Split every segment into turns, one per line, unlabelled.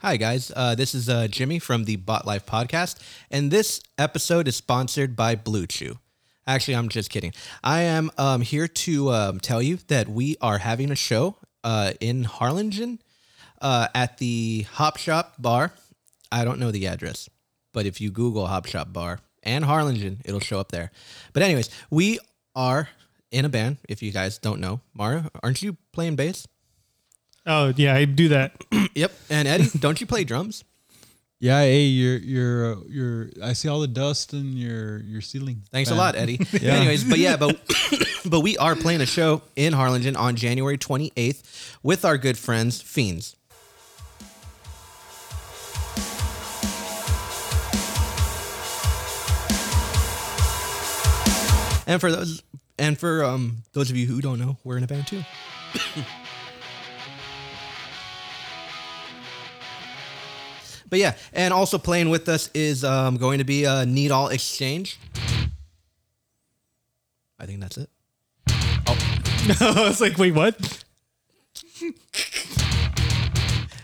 Hi, guys. Uh, this is uh, Jimmy from the Bot Life podcast, and this episode is sponsored by Blue Chew. Actually, I'm just kidding. I am um, here to um, tell you that we are having a show uh, in Harlingen uh, at the Hop Shop Bar. I don't know the address, but if you Google Hop Shop Bar and Harlingen, it'll show up there. But, anyways, we are in a band, if you guys don't know. Mario, aren't you playing bass?
Oh yeah, I do that.
Yep. And Eddie, don't you play drums?
Yeah, hey, you're you're uh, you're. I see all the dust in your your ceiling.
Thanks
fan.
a lot, Eddie. Anyways, but yeah, but but we are playing a show in Harlingen on January 28th with our good friends Fiends. And for those and for um those of you who don't know, we're in a band too. But yeah, and also playing with us is um, going to be a Need All Exchange. I think that's it.
I was like, wait, what?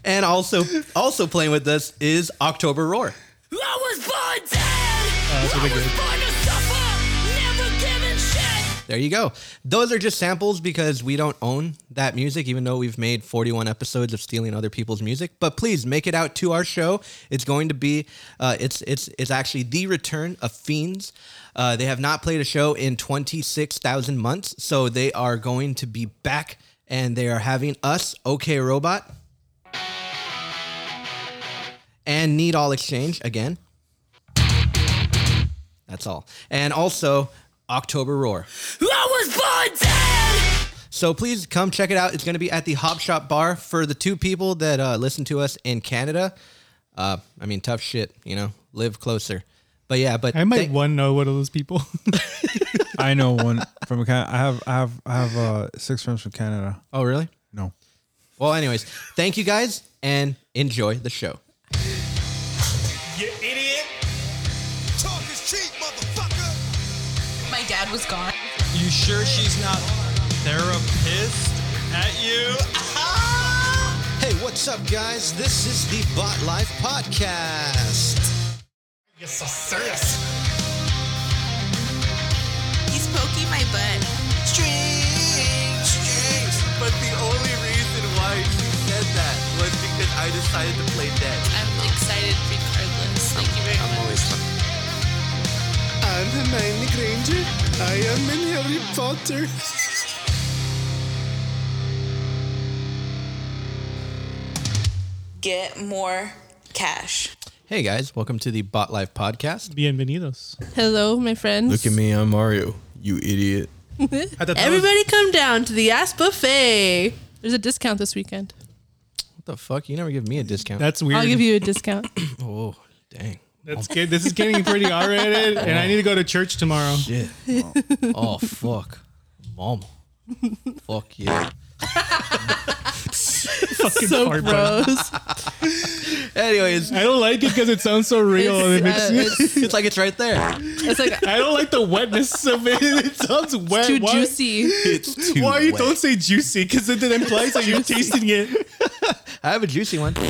And also, also playing with us is October Roar.
I was born dead.
Oh,
I was born to suffer. Never giving shit.
There you go. Those are just samples because we don't own that music, even though we've made 41 episodes of stealing other people's music. But please make it out to our show. It's going to be, uh, it's it's it's actually the return of Fiends. Uh, they have not played a show in 26,000 months, so they are going to be back, and they are having us, OK Robot, and Need All Exchange again. That's all, and also October Roar.
I was born dead.
So please come check it out. It's going to be at the Hop Shop Bar for the two people that uh, listen to us in Canada. Uh, I mean, tough shit, you know. Live closer, but yeah, but
I might
thank-
one know one of those people.
I know one from Canada. I have I have I have uh, six friends from Canada.
oh, really?
No,
Well, anyways, thank you guys and enjoy the show.
You idiot.
Talk is cheap, motherfucker.
My dad was gone.
You sure she's not therapist at you?
Hey, what's up, guys? This is the Bot Life podcast.
You're so serious.
He's poking my butt.
Strings, strings.
But the only reason why you said that was because I decided to play dead.
I'm excited regardless. Thank you very much.
I'm Hermione Granger. I am in Harry Potter.
get more cash.
Hey guys, welcome to the Bot Life podcast.
Bienvenidos.
Hello, my friends.
Look at me, I'm Mario. You idiot.
Everybody come down to the Ass Buffet. There's a discount this weekend.
What the fuck? You never give me a discount.
That's weird.
I'll give you a discount.
oh, dang.
That's good. This is getting pretty R-rated, and I need to go to church tomorrow.
Yeah. oh fuck, mom. fuck yeah.
Fucking
so
hard button.
gross.
Anyways,
I don't like it because it sounds so real. and it makes
It's, uh,
me-
it's-
it's like it's right there.
it's like
I don't like the wetness of it. It sounds wet.
too
Why-
juicy.
It's too
Why you
wet.
don't say juicy? Because it implies that you're tasting it.
I have a juicy one. Oh,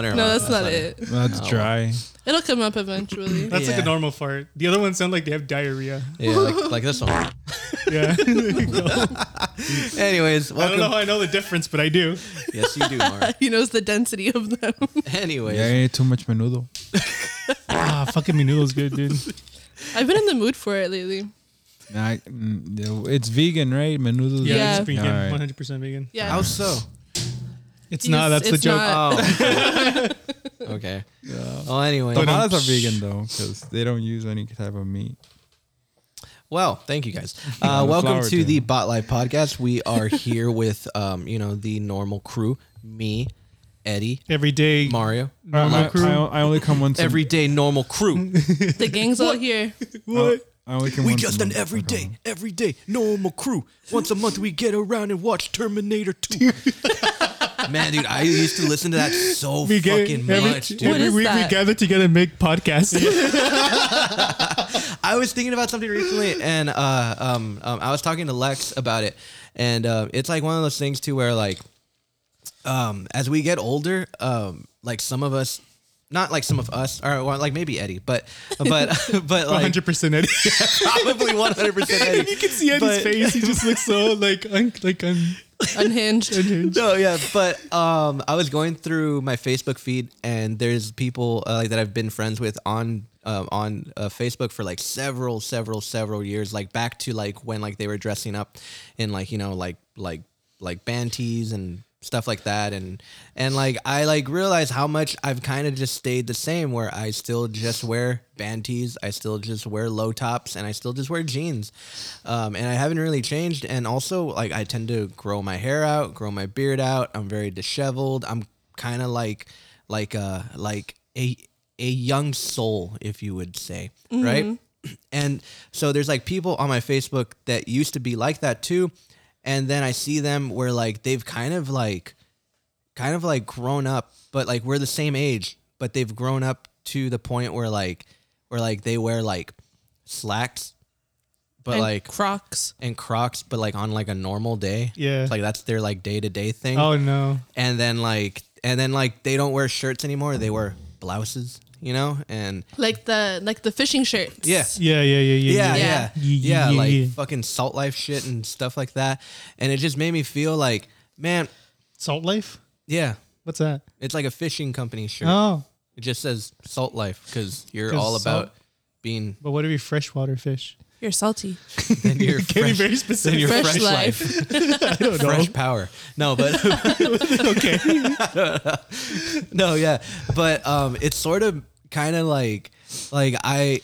never mind.
No, that's not it.
that's
Oh,
dry.
It'll come up eventually.
That's like
Yeah.
a normal fart. The other ones sound like they have diarrhea.
Yeah, like, like this one.
Yeah.
Anyways,
I don't
welcome.
know how I know the difference, but I do.
yes, you do, Mark.
He knows the density of them.
Anyways,
Yeah, I ate too much menudo.
Ah, fucking menudo's good, dude.
I've been in the mood for it lately.
Nah, I- mm, it's vegan, right? Menudo.
Yeah,
Yeah.
it's vegan,
All right.
100% vegan.
Yeah.
how so?
It's
You
not.
just-
That's the
it's
joke.
not-
Oh. okay. Well, anyway.
Tamales are vegan though, because they don't use any type of meat.
Well, thank you guys. Uh,
the
welcome
flower
to
team.
the Bot Life podcast. We are here with, um, you know, the normal crew. Me, Eddie,
Every day,
Mario.
I, I-
crew.
I only come once. a-
Everyday normal crew.
The gang's all here.
I, I only come
We
once a
just an
month.
everyday, everyday normal crew. Once a month, we get around and watch Terminator 2. Man, dude, I used to listen to that so
we get
fucking
every,
much, dude.
every
What is
week we
that?
gather together and make podcasts.
I was thinking about something recently, and uh, um, um, I was talking to Lex about it, and uh, it's like one of those things too where like um, as we get older, um, like some of us, not like some of us, or well, like maybe Eddie, but but but like
100% Eddie.
probably one hundred percent Eddie.
you can see Eddie's
But-
face. He just looks so like un- like un-
Unhinged.
No, yeah, but um, I was going through my Facebook feed, and there's people uh, like that I've been friends with on um, on uh, Facebook for like several, several, several years, like back to like when like they were dressing up in like you know like like like band tees and stuff like that, and and like I like realize how much I've kind of just stayed the same, where I still just wear band tees, I still just wear low tops, and I still just wear jeans, um, and I haven't really changed. And also like I tend to grow my hair out, grow my beard out. I'm very disheveled. I'm kind of like like uh like a a young soul if you would say right and so there's like people on my facebook that used to be like that too and then i see them where like they've kind of like kind of like grown up but like we're the same age but they've grown up to the point where like where like they wear like slacks but
And
like
Crocs.
and crocs but like on like a normal day
Yeah.
It's like that's their like day-to-day thing
Oh no.
and then like and then like they don't wear shirts anymore they wear blouses you know and
Like the like the fishing shirts.
yeah
Yeah, yeah, yeah, yeah.
yeah yeah
yeah.
Yeah,
yeah,
yeah,
like
yeah.
fucking salt life shit and stuff like that and it just made me feel like man
Salt Life?
yeah
What's that?
it's like a fishing company shirt
Oh,
it just says salt life because you're
'Cause
all about
salt-
being
but what are we freshwater fish?
You're salty.
then you're
Getting
fresh,
very
then
specific.
you're
Fresh
fresh, life, fresh power no but
okay.
no yeah but um it's sort of kind of like like i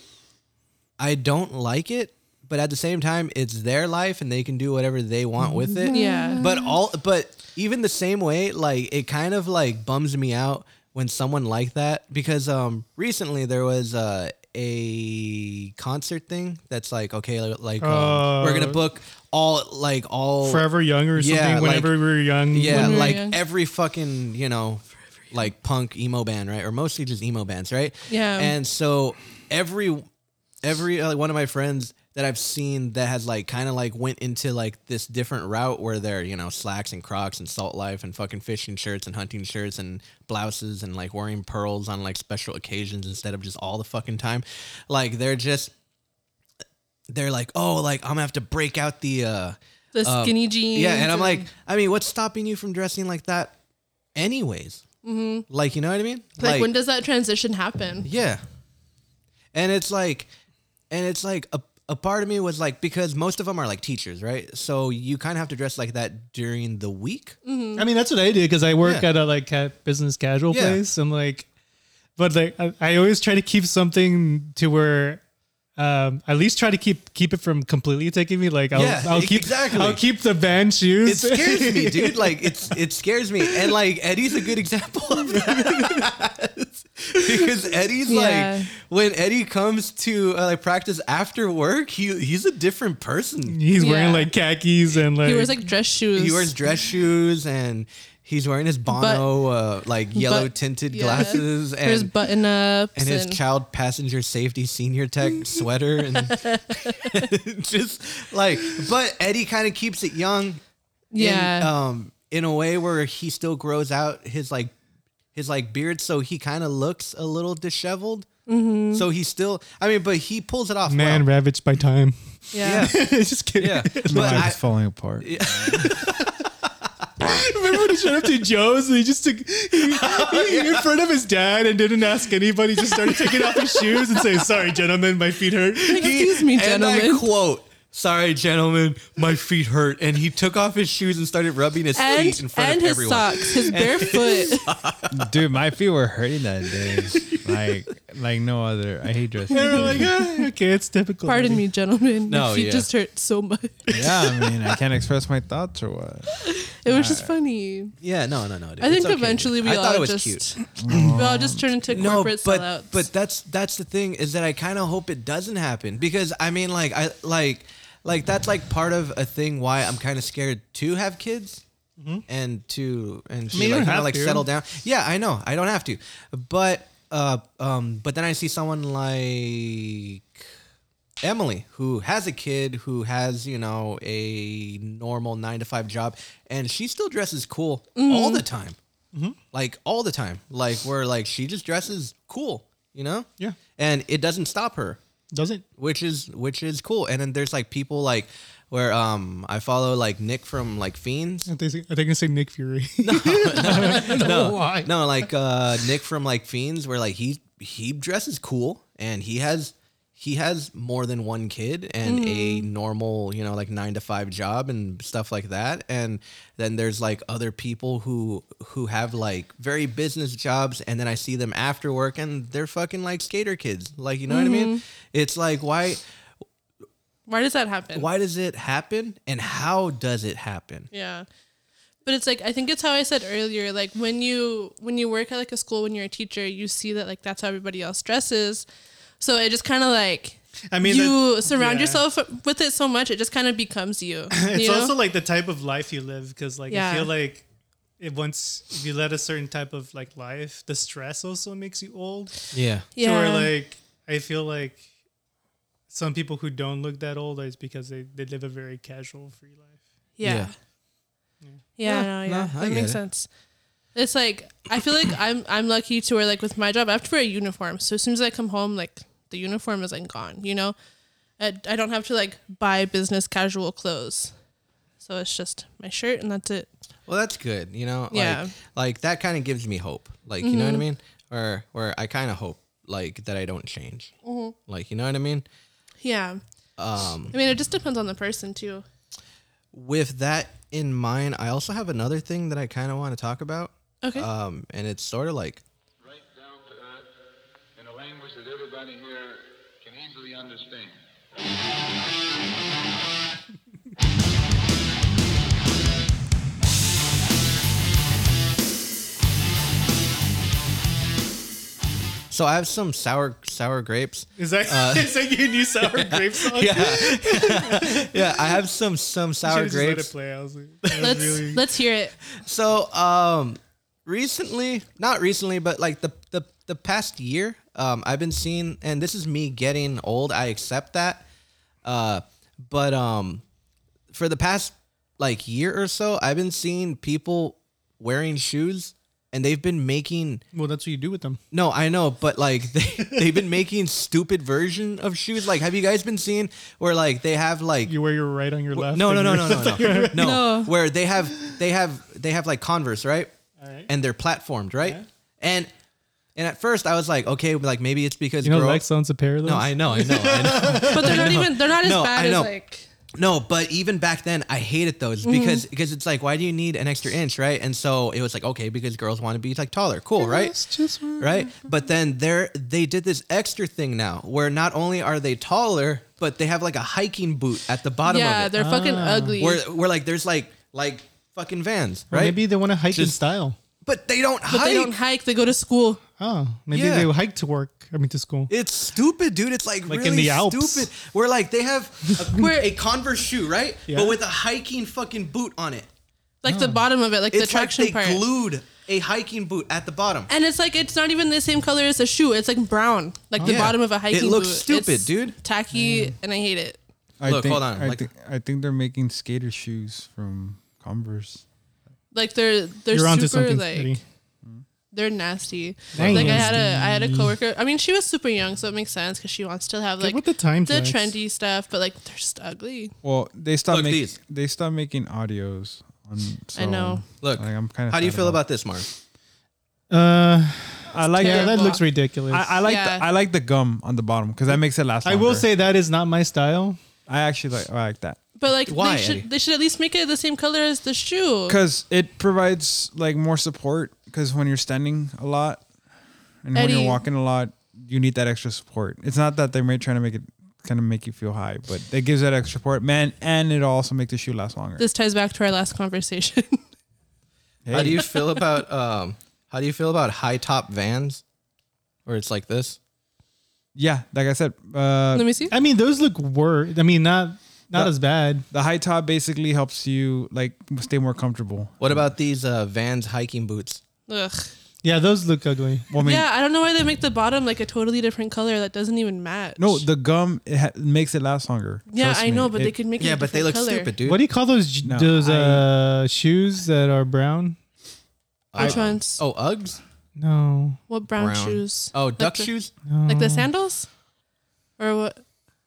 i don't like it but at the same time it's their life and they can do whatever they want with it
Yeah.
but all but even the same way like it kind of like bums me out when someone like that because um recently there was uh a concert thing that's like okay like um, we're gonna
Uh,
book all like all
Forever young or something.
Yeah, like-
whenever we were young.
yeah,
we were
like
young.
every fucking, you know, like punk emo band, right? Or mostly just emo bands, right?
Yeah.
And so every every uh, one of my friends that I've seen that has like kind of like went into like this different route where they're, you know, slacks and crocs and salt life and fucking fishing shirts and hunting shirts and blouses and like wearing pearls on like special occasions instead of just all the fucking time. Like they're just they're like, "Oh, like I'm going to have to break out the uh
The
um,
skinny jeans.
Yeah, and I'm like, I mean, what's stopping you from dressing like that, anyways? Mm-hmm. Like, you know what I mean?
like, when does that transition happen?
yeah. And it's like, and it's like a a part of me was like because most of them are like teachers, right? So you kind of have to dress like that during the week.
Mm.
I mean, that's what I do because I work
Yeah.
at a like ca- business casual
Yeah.
place. I'm like, but like I, I always try to keep something to where. Um, at least try to keep keep it from completely taking me. Like I'll,
Yeah,
I'll
e-
keep
exactly.
I'll keep the band
It
shoes.
scares me, dude. Like it's it scares me, and like Eddie's a good example of that because Eddie's
Yeah.
like when Eddie comes to uh, like practice after work, he he's a different person.
He's
Yeah.
wearing like khakis and like
He wears like dress shoes.
He wears dress shoes and he's wearing his Bono uh, like yellow tinted
yeah.
glasses
There's
and
button ups
and
and,
his child passenger safety senior tech sweater and just like but Eddie kind of keeps it young
yeah.
in, um in a way where he still grows out his like his like beard so he kind of looks a little disheveled
Mm-hmm.
so he still I mean but he pulls it off
man
well.
ravaged by time.
yeah.
Just kidding.
yeah
My
but
life
I,
is falling apart.
Remember when he showed up to Joe's and he just took he, he- in front of his dad and didn't ask anybody, just started taking off his shoes and saying, "Sorry, gentlemen, my feet hurt."
Excuse me,
And
gentlemen.
I quote, "Sorry, gentlemen, my feet hurt." And he took off his shoes and started rubbing his
And,
feet in front
and
of
his
everyone.
socks, his barefoot.
Dude, my feet were hurting that day. Like like no other. I hate dressing.
They were
up.
like, "Ah, "Okay, it's typical."
Pardon me, gentlemen.
No,
My feet
yeah.
just hurt so much.
Yeah, I mean, I can't express my thoughts or what.
It was just funny.
Yeah, no, no, no. dude.
I think
It's okay,
eventually
dude.
we
I thought
all
it was
just
cute.
we all just turn into
No,
corporate
but
sellouts.
but that's that's the thing is that I kind of hope it doesn't happen because I mean like I like like that's like part of a thing why I'm kind of scared to have kids. And to and to
mean, you
like,
don't
kinda,
have
like
to.
settle down. Yeah, I know. I don't have to, but uh, um, but then I see someone like Emily, who has a kid, who has, you know, a normal nine to five job, and she still dresses cool all the time. Like, all the time. Like, where, like, she just dresses cool, you know?
Yeah.
And it doesn't stop her
Doesn't
which is which is cool. And then there's like people like where um I follow like Nick from like Fiends.
I think I think I say Nick Fury.
No, no, like uh Nick from like Fiends, where like he he dresses cool and he has he has more than one kid and a normal you know like nine to five job and stuff like that. And then there's like other people who who have like very business jobs, and then I see them after work and they're fucking like skater kids. Like you know what I mean? It's like why
Why does that happen?
why does it happen and how does it happen?
Yeah. But it's like I think it's how I said earlier, like when you when you work at like a school when you're a teacher, you see that like that's how everybody else dresses. So it just kinda like
I mean,
you
that-
surround
yeah.
yourself with it so much, it just kind of becomes you.
It's
you know?
also like the type of life you live because, like,
Yeah.
I feel like it once if you let a certain type of like life, the stress also makes you old.
Yeah.
yeah.
Or like I feel like some people who don't look that old is because they, they live a very casual, free life.
Yeah. Yeah, no, yeah.
no, I
that
get
makes
it.
sense. It's like I feel like I'm I'm lucky to where like with my job I have to wear a uniform. So as soon as I come home, like the uniform is like gone, you know? I, I don't have to like buy business casual clothes. So it's just my shirt and that's it.
Well, that's good. You know, like,
Yeah.
like that kind of gives me hope. Like, you know what I
Mm-hmm.
mean? Or, or I kind of hope like that I don't change.
Mm-hmm.
Like, you know what I mean?
Yeah. Um I mean it just depends on the person too.
With that in mind, I also have another thing that I kind of want to talk about.
Okay.
Um, and it's sort of like,
right down to earth in a language that everybody here can easily understand.
so I have some sour, sour grapes.
Is that is that your new sour grape song?
Yeah. yeah. I have some, some sour
Should've just let
grapes.
it play. I was like, that was
Let's
really-
let's hear it.
So, um, recently, not recently, but like the the the past year, um, I've been seeing, and this is me getting old. I accept that. Uh, but um, for the past like year or so, I've been seeing people wearing shoes, and they've been making
well, that's what you do with them.
no, I know, but like they they've been making stupid version of shoes. Like, have you guys been seeing where like they have like
You wear your right on your left.
no, no,
and
no,
your-
no, no, no, no.
No.
Where they have they have they have like Converse, right?
Alright.
And they're platformed, right? And and at first I was like, okay, like maybe it's because
You know,
girl-
Lex owns a pair of those.
No, I know, I know, I know.
But they're not even they're not as
No,
bad
I
as
know.
like
No, but even back then, I hated those
Mm-hmm.
because because it's like, why do you need an extra inch, right? And so it was like, okay, because girls want to be like taller, cool, right? right. But then they're they did this extra thing now, where not only are they taller, but they have like a hiking boot at the bottom
Yeah,
of it,
they're fucking ugly.
where where like there's like like fucking vans, right?
Well, Maybe they want to hike in
Just-
style.
but they don't
but
hike.
they don't hike, they go to school.
Oh, maybe
Yeah.
they hike to work. I mean, to school.
It's stupid, dude. It's like,
Like in
really
the Alps.
stupid. We're like they have a, a Converse shoe, right?
Yeah.
But with a hiking fucking boot on it.
Like the bottom of it, like the
It's like
traction
they
part.
glued a hiking boot at the bottom.
And it's like it's not even the same color as the shoe. It's like brown, like the
Yeah.
bottom of a hiking
It looks
boot.
stupid,
It's
dude.
Tacky, and I hate it.
I
Look,
think,
hold on,
I,
like-
think, I think they're making skater shoes from Converse.
Like they're they're
You're onto
super
something.
like
Eddie.
they're nasty.
Dang.
Like I had a I had a coworker. I mean, she was super young, so it makes sense because she wants to have like
with the times, Lex.
trendy stuff, but like they're just ugly.
Well, they stopped
Look,
making
these.
they stopped making audios. On, so,
know.
Look,
like, I'm kind of.
How do you feel about this, Mark?
Uh,
I like
yeah, that
Terrible.
looks ridiculous.
I, I like
Yeah.
the, I like the gum on the bottom because that makes it last.
I will
longer.
say that is not my style.
I actually like I like that
But like
Why,
they should
Eddie?
they should at least make it the same color as the shoe.
because it provides like more support because when you're standing a lot and when
Eddie.
you're walking a lot, you need that extra support. It's not that they're ma- trying to make it kind of make you feel high, but it gives that extra support, man, and it also makes the shoe last longer.
This ties back to our last conversation.
How do you feel about um? How do you feel about high top vans, where it's like this?
yeah, like I said, uh,
Let me see.
I mean, those look worse. I mean, not not
No.
as bad.
the high top basically helps you like stay more comfortable.
What about these uh, Vans hiking boots?
Ugh.
Yeah, those look ugly.
Well, I mean,
yeah, I don't know why they make the bottom like a totally different color that doesn't even match.
no, the gum it ha- makes it last longer.
Yeah,
Trust
I
me.
know, but
It-
they could make it. a different color.
What do you call those j-
No,
those uh, shoes that are brown?
Which ones?
Oh, Uggs?
No,
What brown,
Brown.
shoes?
Oh,
Like
duck
the-
shoes?
Like
No.
the sandals? Or what?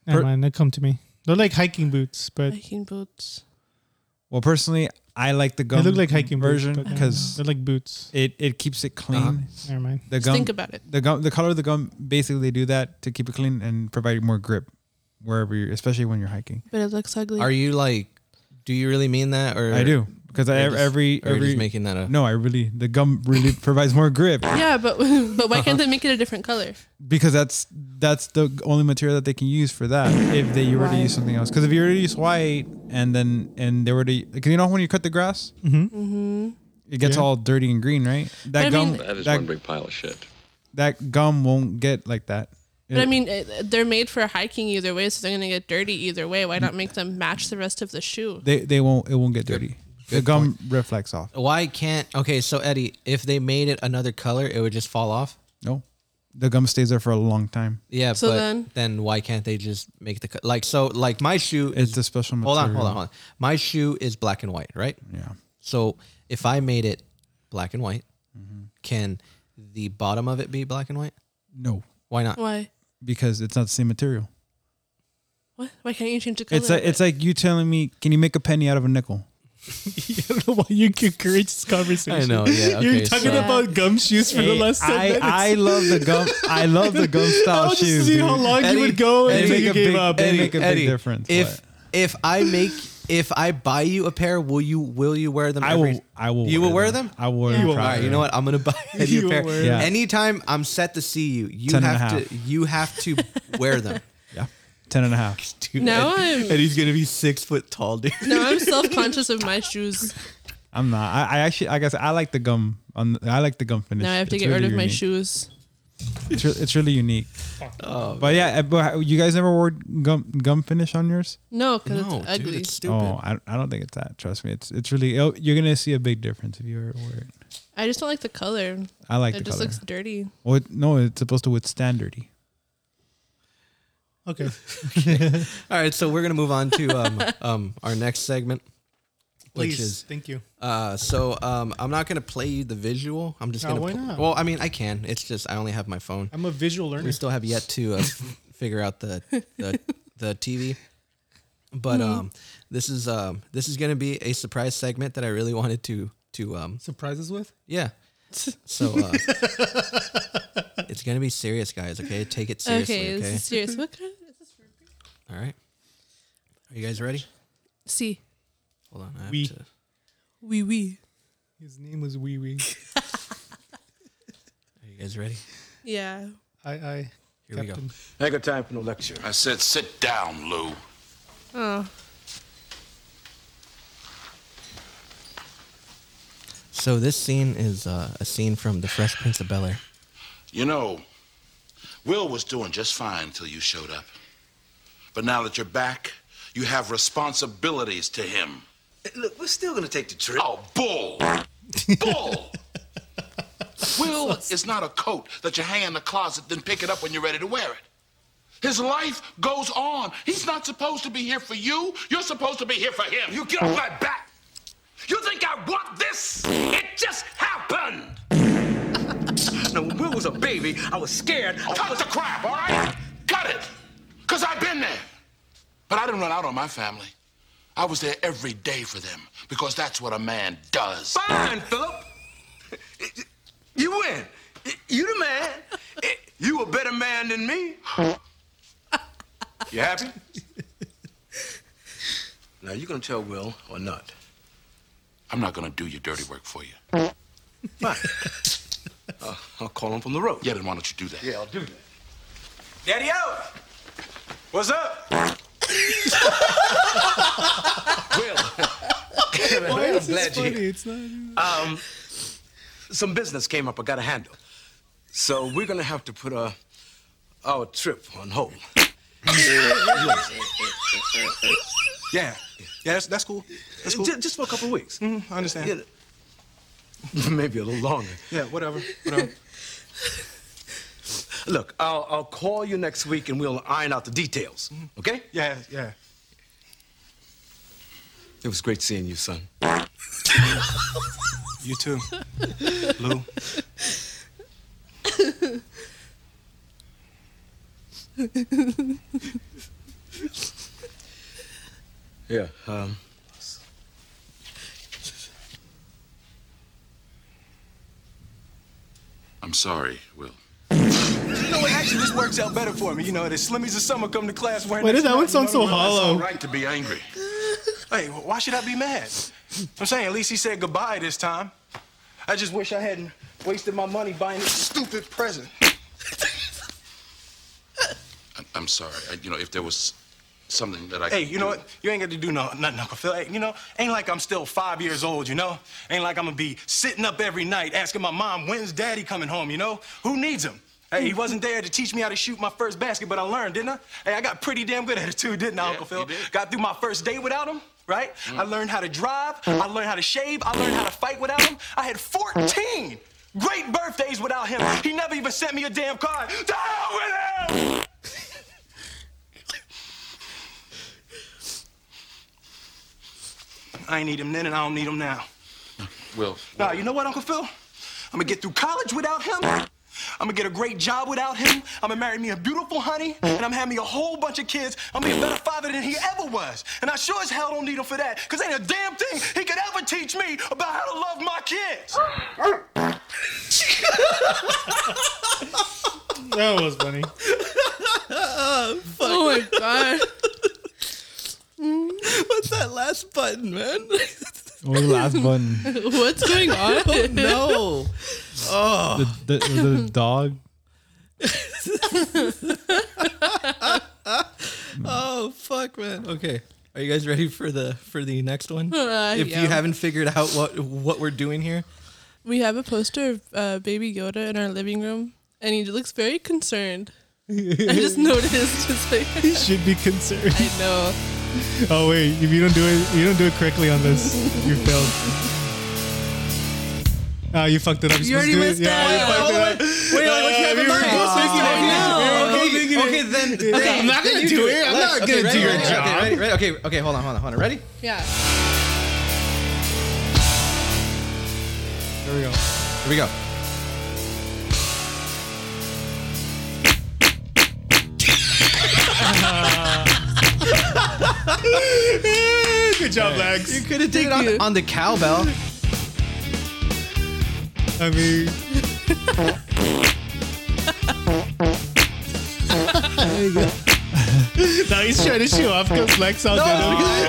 never
Per-
mind. They come to me. They're like hiking boots, but
Hiking boots.
Well, personally, I like the gum.
they look like hiking
version
boots, but no,
because
they're like boots.
it, it keeps it clean.
Never mind.
The
Uh-huh. Just
gum,
think about it.
The gum, the color of the gum, basically they do that to keep it clean and provide more grip wherever you're, especially when you're hiking.
But it looks ugly.
Are you like, do you really mean that? Or
I do because I
You're just-
every
or you're
every
just making that up.
no, I really the gum really provides more grip
yeah, but but why can't they make it a different color?
because that's that's the only material that they can use for that if they you were to use something else. Because if you were to use white and then and they were to because you know when you cut the grass,
Mm-hmm.
it gets
Yeah.
all dirty and green, right? That
But I mean-
gum
That
is that, one big pile of shit. That gum won't get like that.
But I
It-
mean, it, they're made for hiking either way, so they're gonna get dirty either way. Why not make them match the rest of the shoe?
they they won't it won't get dirty. the gum reflects off.
Why can't, okay, so Eddie, if they made it another color, it would just fall off?
No, the gum stays there for a long time.
Yeah,
So
but then,
then-
why can't they just make the co- like so like my shoe is
It's a special
hold on hold on
material.
hold on my shoe is black and white right
Yeah.
so if I made it black and white
Mm-hmm.
can the bottom of it be black and white
No,
why not
Why?
because it's not the same material.
What? Why can't you change the color?
It's like,
of
it's
it?
like you telling me, can you make a penny out of a nickel?
I don't know why you encourage this conversation.
I know, yeah,
You're
okay,
talking
so-
about gum shoes for the
Hey,
last ten
I,
minutes.
I love the gum. I love the gum
I
style
wanted to
shoes.
see
dude.
how long
Eddie-
you would go
Eddie,
until
make
you
a
gave
big-
up.
Eddie, make a big difference,
if
what?
if I make if I buy you a pair will you will you wear them
I
every-
will. I will.
you will wear them,
I will.
You
Wear
will
them
All right, you know what? I'm gonna buy Eddie
You
a
will
pair.
wear
them. Yeah.
Anytime I'm set to see you, you
Ten and a
have to you have to wear them.
Yeah. Ten and a half.
Dude,
Now
Ed-
I'm-
Eddie's gonna be six foot tall, dude.
no, I'm self conscious of my shoes.
I'm not. I, I actually, like I said, I like the gum. On the, I like the gum finish.
Now I have to
It's
get rid
really
of my
unique.
shoes.
It's, re- it's really unique.
Oh,
but yeah, uh, but you guys never wore gum gum finish on yours?
No, because
No,
it's
dude,
ugly.
it's stupid.
Oh, I, I don't think it's that. Trust me, it's it's really it'll- you're gonna see a big difference if you ever wear it.
I just don't like the color.
I like
it
the
just
color.
looks dirty.
Well, it- no, it's supposed to withstand dirty.
Okay.
All right, so we're gonna move on to um, um, our next segment, which
Please.
is
Thank you.
uh, so um, I'm not gonna play you the visual. I'm just
No,
gonna.
why
pl-
not?
Well, I mean, I can. It's just I only have my phone.
I'm a visual learner.
We still have yet to uh, f- figure out the the, the TV. But um, this is um, this is gonna be a surprise segment that I really wanted to to um,
Surprises with?
yeah. So uh, it's gonna be serious, guys. Okay, take it seriously.
okay,
Okay,
this is serious. What kind of, is this for?
all right. Are you guys ready?
See,
Hold on. I have
We-
to-
wee wee.
His name was Wee Wee.
Are you guys ready?
Yeah.
I I.
Here we go.
Captain.
I ain't got time for no lecture. I said, sit down, Lou.
Oh,
So this scene is uh, a scene from The Fresh Prince of Bel Air.
You know, Will was doing just fine till you showed up. But now that you're back, you have responsibilities to him.
Look, we're still gonna take the trip.
Oh, bull! bull! Will is not a coat that you hang in the closet, then pick it up when you're ready to wear it. His life goes on. He's not supposed to be here for you. You're supposed to be here for him. You get off my back! You think I want this? It just happened!
Now, when Will was a baby, I was scared.
Cut the crap, all right? Cut it! Because I've been there. But I didn't run out on my family. I was there every day for them because that's what a man does.
Fine, Philip. You win. You the man. You a better man than me.
You happy?
Now, you gonna tell Will or not?
I'm not going to do your dirty work for you.
Fine. Uh, I'll call him from the road.
Yeah, then why don't you do that?
I'll do that. Daddy out. What's up? Will. I'm glad you're here.
It's not.
Um, some business came up I gotta handle. So we're gonna have to put uh, our trip on hold. yeah.
Yeah, that's, that's cool.
Ju- Just for a couple of weeks.
I understand.
Yeah. Maybe a little longer. Yeah, whatever. whatever. Look, I'll, I'll call you next week and we'll iron out the details. Okay? Yeah, yeah. It was great seeing you, son. you too, Lou. Yeah. Um,
I'm sorry, Will.
You know, it actually just works out better for me. You know, the Slimmies of summer come to class wearing.
Why does
extra
that one
nice
sound so
underwear.
hollow?
It's all right to be angry.
Hey, wh- why should I be mad? I'm saying at least he said goodbye this time. I just wish I hadn't wasted my money buying this stupid present.
I- I'm sorry. I, you know, if there was something that I
hey,
could
you know
do-
what? You ain't got to do no, nothing, Uncle Phil. Hey, you know, ain't like I'm still five years old, you know? Ain't like I'm gonna be sitting up every night asking my mom, when's daddy coming home, you know? Who needs him? Hey, he wasn't there to teach me how to shoot my first basket, but I learned, didn't I? Hey, I got pretty damn good at it too, didn't I, Uncle Phil? Got through my first day without him, right? I learned how to drive, I learned how to shave, I learned how to fight without him. I had 14 great birthdays without him. He never even sent me a damn card. To hell with it! I ain't need him then and I don't need him now.
Will.
Nah, you know what, Uncle Phil? I'm gonna get through college without him. I'm gonna get a great job without him. I'm gonna marry me a beautiful honey, and I'm having me a whole bunch of kids. I'm gonna be a better father than he ever was. And I sure as hell don't need him for that, because ain't a damn thing he could ever teach me about how to love my kids.
That was funny.
oh,
my god.
What's that last button, man?
Oh, last one.
What's going on?
Oh, no. Oh.
The, the, was it a dog?
oh fuck, man. Okay. Are you guys ready for the for the next one?
Uh,
if
yeah.
you haven't figured out what what we're doing here,
We have a poster of uh, Baby Yoda in our living room, and he looks very concerned. I just noticed. It's like
He should be concerned.
I know.
Oh wait, if you don't do it, you don't do it correctly on this, you failed. Ah, you fucked it up.
You already missed
yeah,
that.
You fucked it
Oh,
up.
wait, like, what you have in
we were
mind?
both thinking it.
Oh,
We were both
okay,
thinking it.
okay, then-
Yeah.
then-
I'm not
then
gonna
you
do,
do
it.
it.
I'm
Let's-
not
okay,
gonna
ready,
do your
ready, okay,
job.
ready, ready. Okay, okay, hold on, hold on, hold on. Ready?
Yeah.
Here we go. Here we go.
Good job, Lex.
You could have did it on, on the cowbell.
I mean,
there you go.
now he's trying to show off because Lex out
No,
there.
it's because-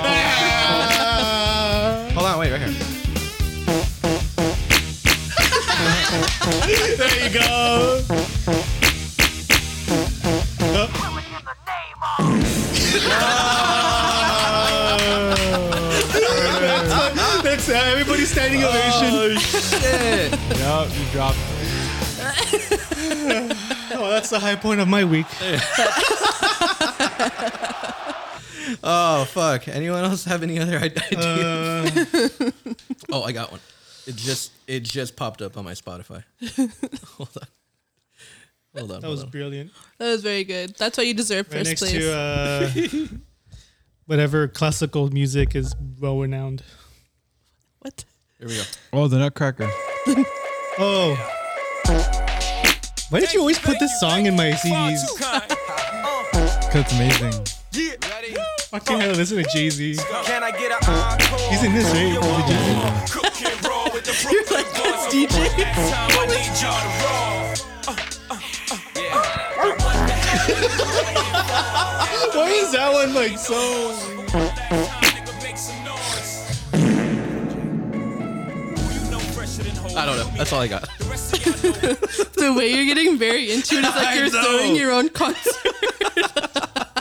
Ah.
Hold on, wait, right here.
there you go. Oh. That's, that's uh, everybody's standing ovation.
shit.
Yup, you dropped.
oh, that's the high point of my week.
Oh fuck! Anyone else have any other i- ideas? oh, I got one. It just it just popped up on my Spotify. hold on, hold on.
That was
hold on.
brilliant.
That was very good. That's why you deserve
Right
first
next
place.
to uh, whatever classical music is well renowned.
Here we go.
Oh, the Nutcracker.
Oh. Why did you always put this song in my CDs?
Cause it's amazing.
Fucking hell, listen to Jay Z.
Can I get an encore?
He's in this, right? Is it Jay-Z?
You're like this
Why is that one like so?
I don't know. That's all I got.
the way you're getting very into it is like you're
I know.
throwing your own concert.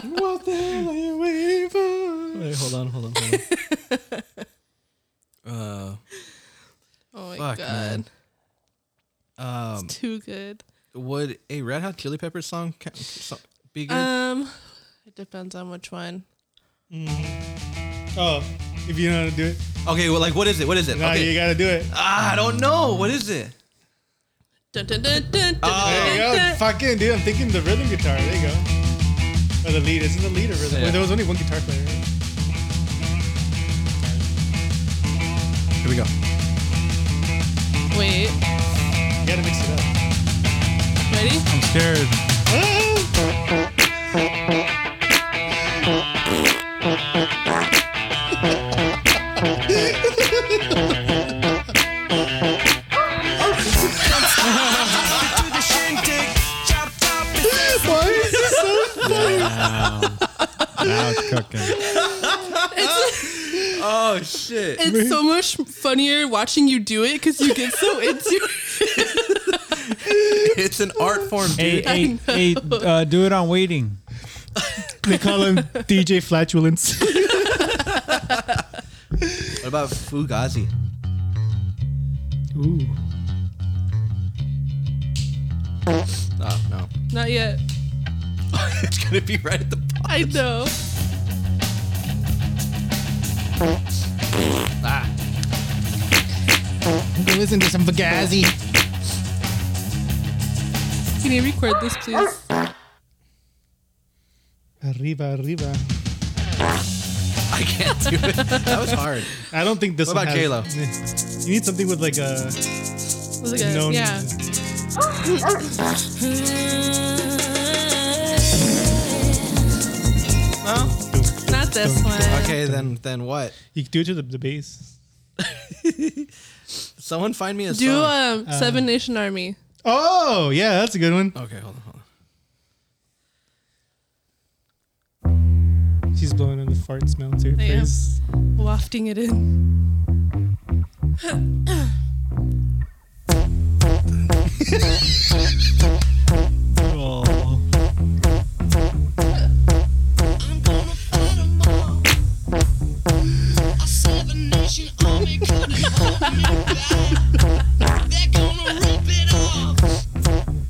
what the hell are you waiting for?
Wait, hold on, hold on, hold on. uh,
Oh my
fuck,
god.
man. Um,
It's too good.
Would a Red Hot Chili Peppers song ca- so- be good?
Um it depends on which one.
Oh, if you know how to do it.
Okay, well, like, what is it? What is it?
Nah,
okay.
you gotta do it.
Oh.
Ah, I don't know. What is it?
Dun, dun, dun, dun, dun,
There you
dun,
go.
dun.
Fucking dude, I'm thinking the rhythm guitar. There you go. Or the lead. Isn't the lead a rhythm?
Yeah.
Wait, there was only one guitar player.
Here we go.
Wait.
You gotta mix it up.
Ready?
I'm scared.
Why is this so
Wow. now it's cooking.
oh shit!
It's so much funnier watching you do it because you get so into it.
it's an art form,
Hey,
dude.
hey, hey uh, do it on waiting.
They call him DJ Flatulence.
What about Fugazi?
Ooh.
Oh no,
Not yet.
it's gonna be right at the.
I know.
Ah.
Listen to some Fugazi.
Can you record this, please?
Arriba, arriba.
I can't do it. That was hard.
I don't think this
What
one
about
has-
J-Lo?
You need something with like a.
Was it good?
known-
Yeah. Not this one.
Okay, then then what?
You can do it to the, the bass.
Someone find me a
Do
song.
um
Uh,
Seven Nation Army.
Oh, yeah, that's a good one.
okay, hold on, hold
She's blowing in the fart smell to her
I am
face.
wafting it in.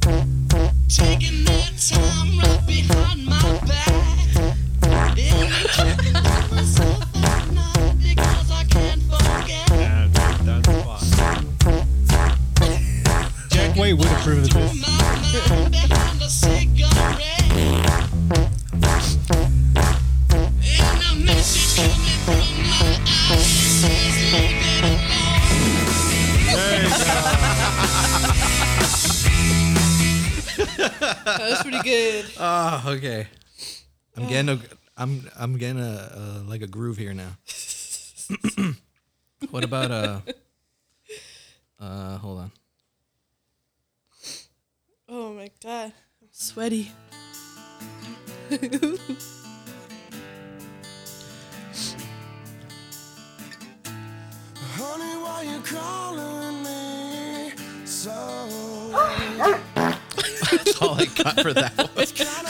Taking their time right behind my back. Then they kept lovers of that night because I can't forget.
Jack White would approve of this.
My behind a cigarette. And a message coming from my eyes says, "Leave it
That was pretty good.
on. Oh, okay. I'm getting a I'm I'm getting a, a like a groove here now. what about uh uh hold on.
Oh my god, I'm sweaty.
Honey, why you calling me so?
That's all I got for that one.
Just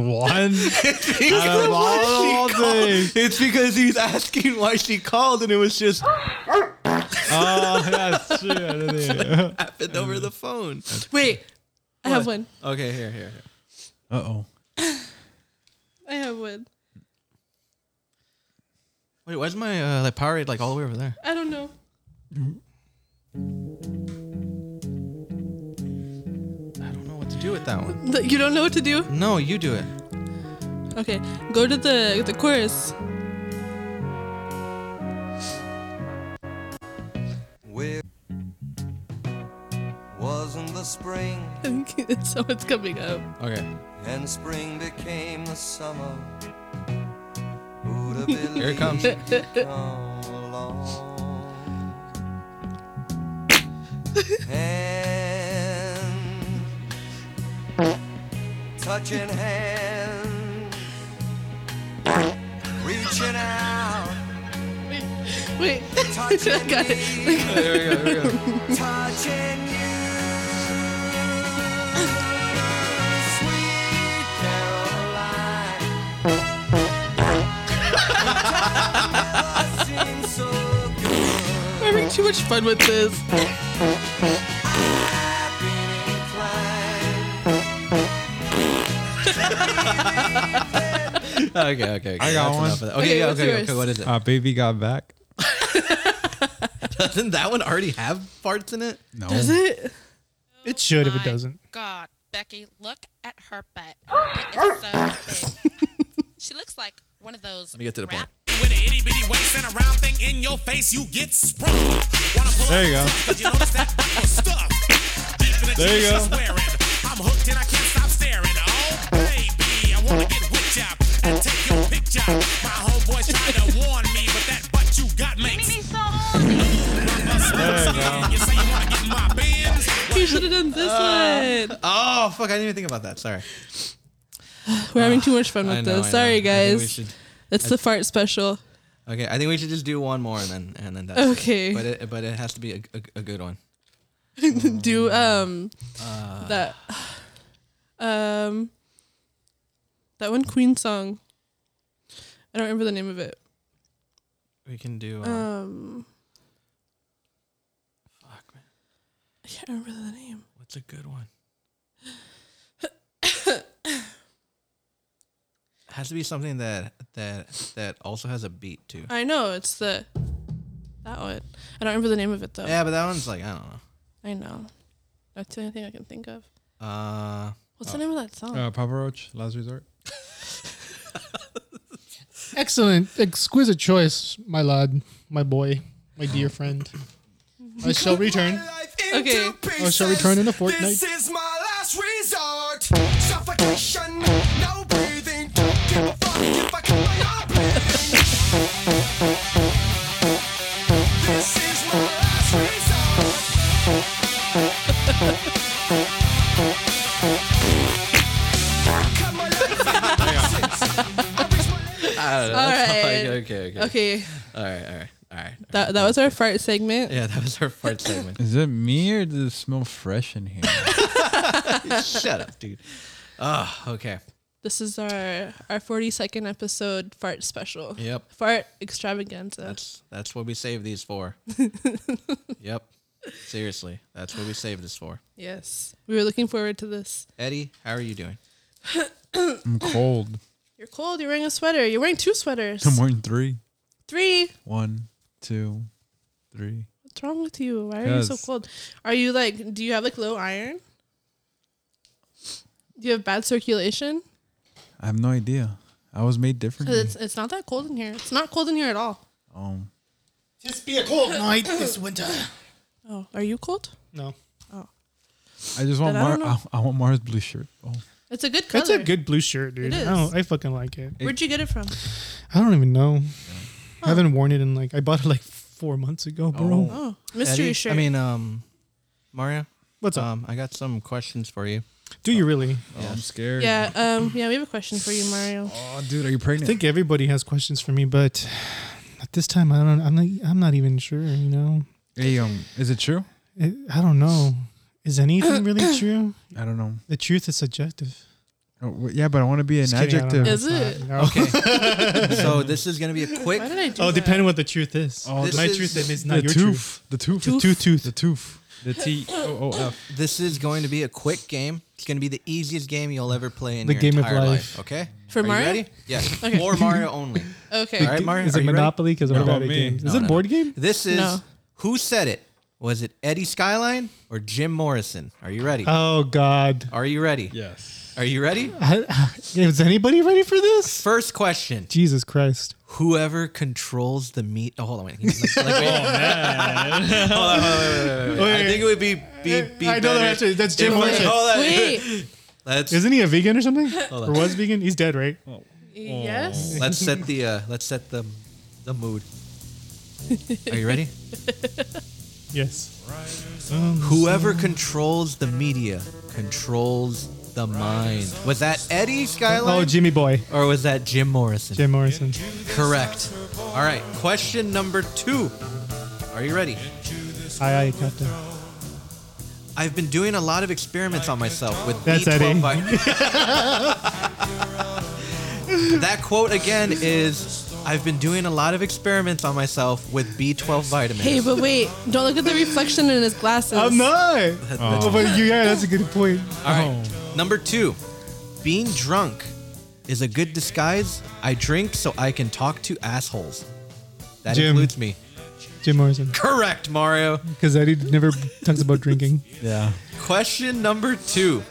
one. Out of all things.
It's because he's asking why she called and it was just
Oh, that's true. I don't know.
happened over the phone.
Wait, I have one.
Okay, here, here, here.
Uh oh.
I have one.
Wait, why's my uh like Powerade like all the way over there?
I don't know.
I don't know what to do with that one.
Th- You don't know what to do?
No, you do it.
Okay, go to the the chorus.
Where was in the spring,
Someone's coming up.
Okay.
and spring became the summer. Who'd have
Here it comes.
believed it come along? Hand, touching hands, reaching out,
Wait, wait. I got it.
Here we go, here we go.
touching you. Sweet Caroline. It never seemed so good.
I'm having too much fun with this.
I've been inclined.
okay, okay.
I got
That's
one.
enough of that. Okay, yeah, okay, okay, What is it?
Uh, baby got back.
Doesn't that one already have parts in it?
No.
Does
it?
It should if it doesn't.
God, Becky, look at her butt. It is so big. she looks like one of those.
Let me get to the point.
With an itty bitty waist and a round thing in your face, you get sprung. Wanna pull
There you
up
go.
to- 'cause you notice that I was stuck deep in the
There you
jeans
go.
I'm wearing. I'm hooked and I can't stop staring. Oh, baby, I wanna get whipped up and take your picture. My homeboy's trying to warn me, but that butt you got makes me so
There you go.
You say you wanna get in my bins?
You should have done this
Uh,
one.
oh fuck! I didn't even think about that. Sorry.
We're having too much fun
I
with
know, I
this. Sorry,
know. I think we
guys.
should-
That's
I-
the fart special.
Okay, I think we should just do one more and then and then that's it.
Okay.
But it but it has to be a, a, a good one.
Do
Mm.
um
Uh.
that um that one Queen song. I don't remember the name of it.
We can do. Uh,
Um, I can't remember the name.
what's a good one? has to be something that that that also has a beat too.
I know it's the that one. I don't remember the name of it though.
Yeah, but that one's like I don't know.
I know. That's the only thing I can think of.
Uh,
What's the name of that song?
Uh, Papa Roach, Last Resort.
Excellent, exquisite choice, my lad, my boy, my dear friend. I shall return.
Okay.
I shall return in a fortnight.
This is my last resort. Suffocation, no breathing. Don't give a fuck if I can fight our breathing. This is my last resort. Cut my life in
I don't know.
All
That's
right.
fine. Okay. Okay.
Okay.
All right. All right. All right.
That that was our fart segment.
Yeah, that was our fart segment.
Is it me or does it smell fresh in here?
Shut up, dude. Oh, okay.
This is our our forty second episode fart special.
Yep.
Fart extravaganza.
That's that's what we save these for. yep. Seriously, that's what we save this for.
yes. We were looking forward to this.
Eddie, how are you doing?
I'm cold.
You're cold. You're wearing a sweater. You're wearing two sweaters.
I'm wearing three.
Three.
One, two, three.
What's wrong with you? Why are you so
Yes.
cold? Are you like? Do you have like low iron? Do you have bad circulation?
I have no idea. I was made different.
'Cause it's it's not that cold in here. It's not cold in here at all.
Oh,
Just be a cold night this winter.
Oh, are you cold?
No.
Oh,
I just want
Then I
Mar-
don't
I, I want Mara's blue shirt. Oh,
it's a good color.
That's a good blue shirt, dude.
It is.
I, don't- I fucking like it.
Where'd you get it from?
I don't even know. I haven't worn it in like I bought it like four months ago, bro.
Oh, mystery
Eddie,
shirt.
I mean, um, Mario.
What's
up? Um, I got some questions for you.
Do you really?
I'm scared.
Yeah, um, yeah, we have a question for you, Mario.
Oh, dude, are you pregnant?
I think everybody has questions for me, but at this time, I don't. I'm not. I'm not even sure. You know,
Hey, um, is it true?
it, I don't know. Is anything really true?
I don't know.
The truth is subjective.
Oh, wh- yeah, but I want to be an
Just kidding, I don't
adjective.
know. Is It's it? not. No.
Okay. so this is gonna be a quick.
Why did I do
oh,
that?
depending what the truth is.
Oh,
my
this
truth
is-
is not
the
your
tooth,
truth.
the tooth,
The tooth. tooth.
the tooth, the T O O F.
This is going to be a quick game. It's going to be the easiest game you'll ever play in
The
your
game of
entire life.
life.
Okay.
For
Are you
Mario?
ready? Yes.
Okay.
Or Mario only.
Okay.
All right, Mario.
Is
are
it
you ready?
Monopoly? Because I'm
What
bad
about
at
me?
games.
No,
Is it
no,
a
no.
board game?
This is
No.
who said it? Was it Eddie Skyline or Jim Morrison? Are you ready?
Oh God.
Are you ready?
Yes.
Are you ready?
Is anybody ready for this?
First question.
Jesus Christ.
Whoever controls the meat. Oh, hold on. Wait. Like, like, wait. Hold on, hold on, wait, wait, wait, wait.
Wait.
I think it would be. be, be
I know that
better
actually- that's Jim
if-
Morrison.
Hold on.
Wait.
Let's
Isn't he a vegan or something?
Hold on.
Or was vegan? He's dead, right?
Yes.
let's set the uh, let's set the the mood. Are you ready?
Yes. Um,
Whoever controls the media controls the mind. Was that Eddie
Oh,
Skyline?
Jimmy Boy.
or was that Jim Morrison?
Jim Morrison.
Correct. All right. Question number two. Are you ready?
Aye, aye, Captain.
I've been doing a lot of experiments on myself with
That's
B12
Eddie.
vit- that quote again is I've been doing a lot of experiments on myself with B12 vitamins.
Hey, but wait! Don't look at the reflection in his glasses.
I'm not.
Oh.
Oh, but you, yeah, that's a good point.
All right. Number two, being drunk is a good disguise. I drink so I can talk to assholes. That
Jim.
includes me.
Jim Morrison.
Correct, Mario.
Because Eddie never talks about drinking.
Yeah.
Question number two: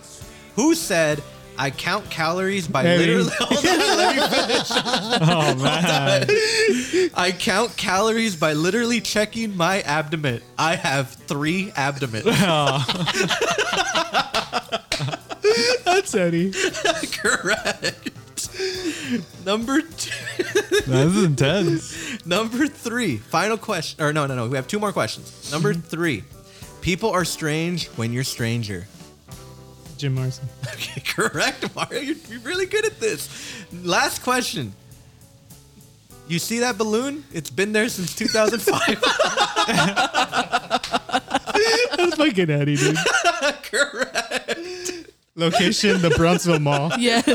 Who said I count calories by
Eddie.
literally? Hold on, let me finish.
Oh, man.
I count calories by literally checking my abdomen. I have three abdomens.
That's Eddie.
Correct. Number two.
This is intense.
Number three. Final question. Or no, no, no. We have two more questions. Number three. People are strange when you're stranger.
Jim Morrison.
Correct, Mario. You're, you're really good at this. Last question. You see that balloon? It's been there since 2005.
That's fucking Eddie, dude.
Location: the Brownsville Mall.
Yes.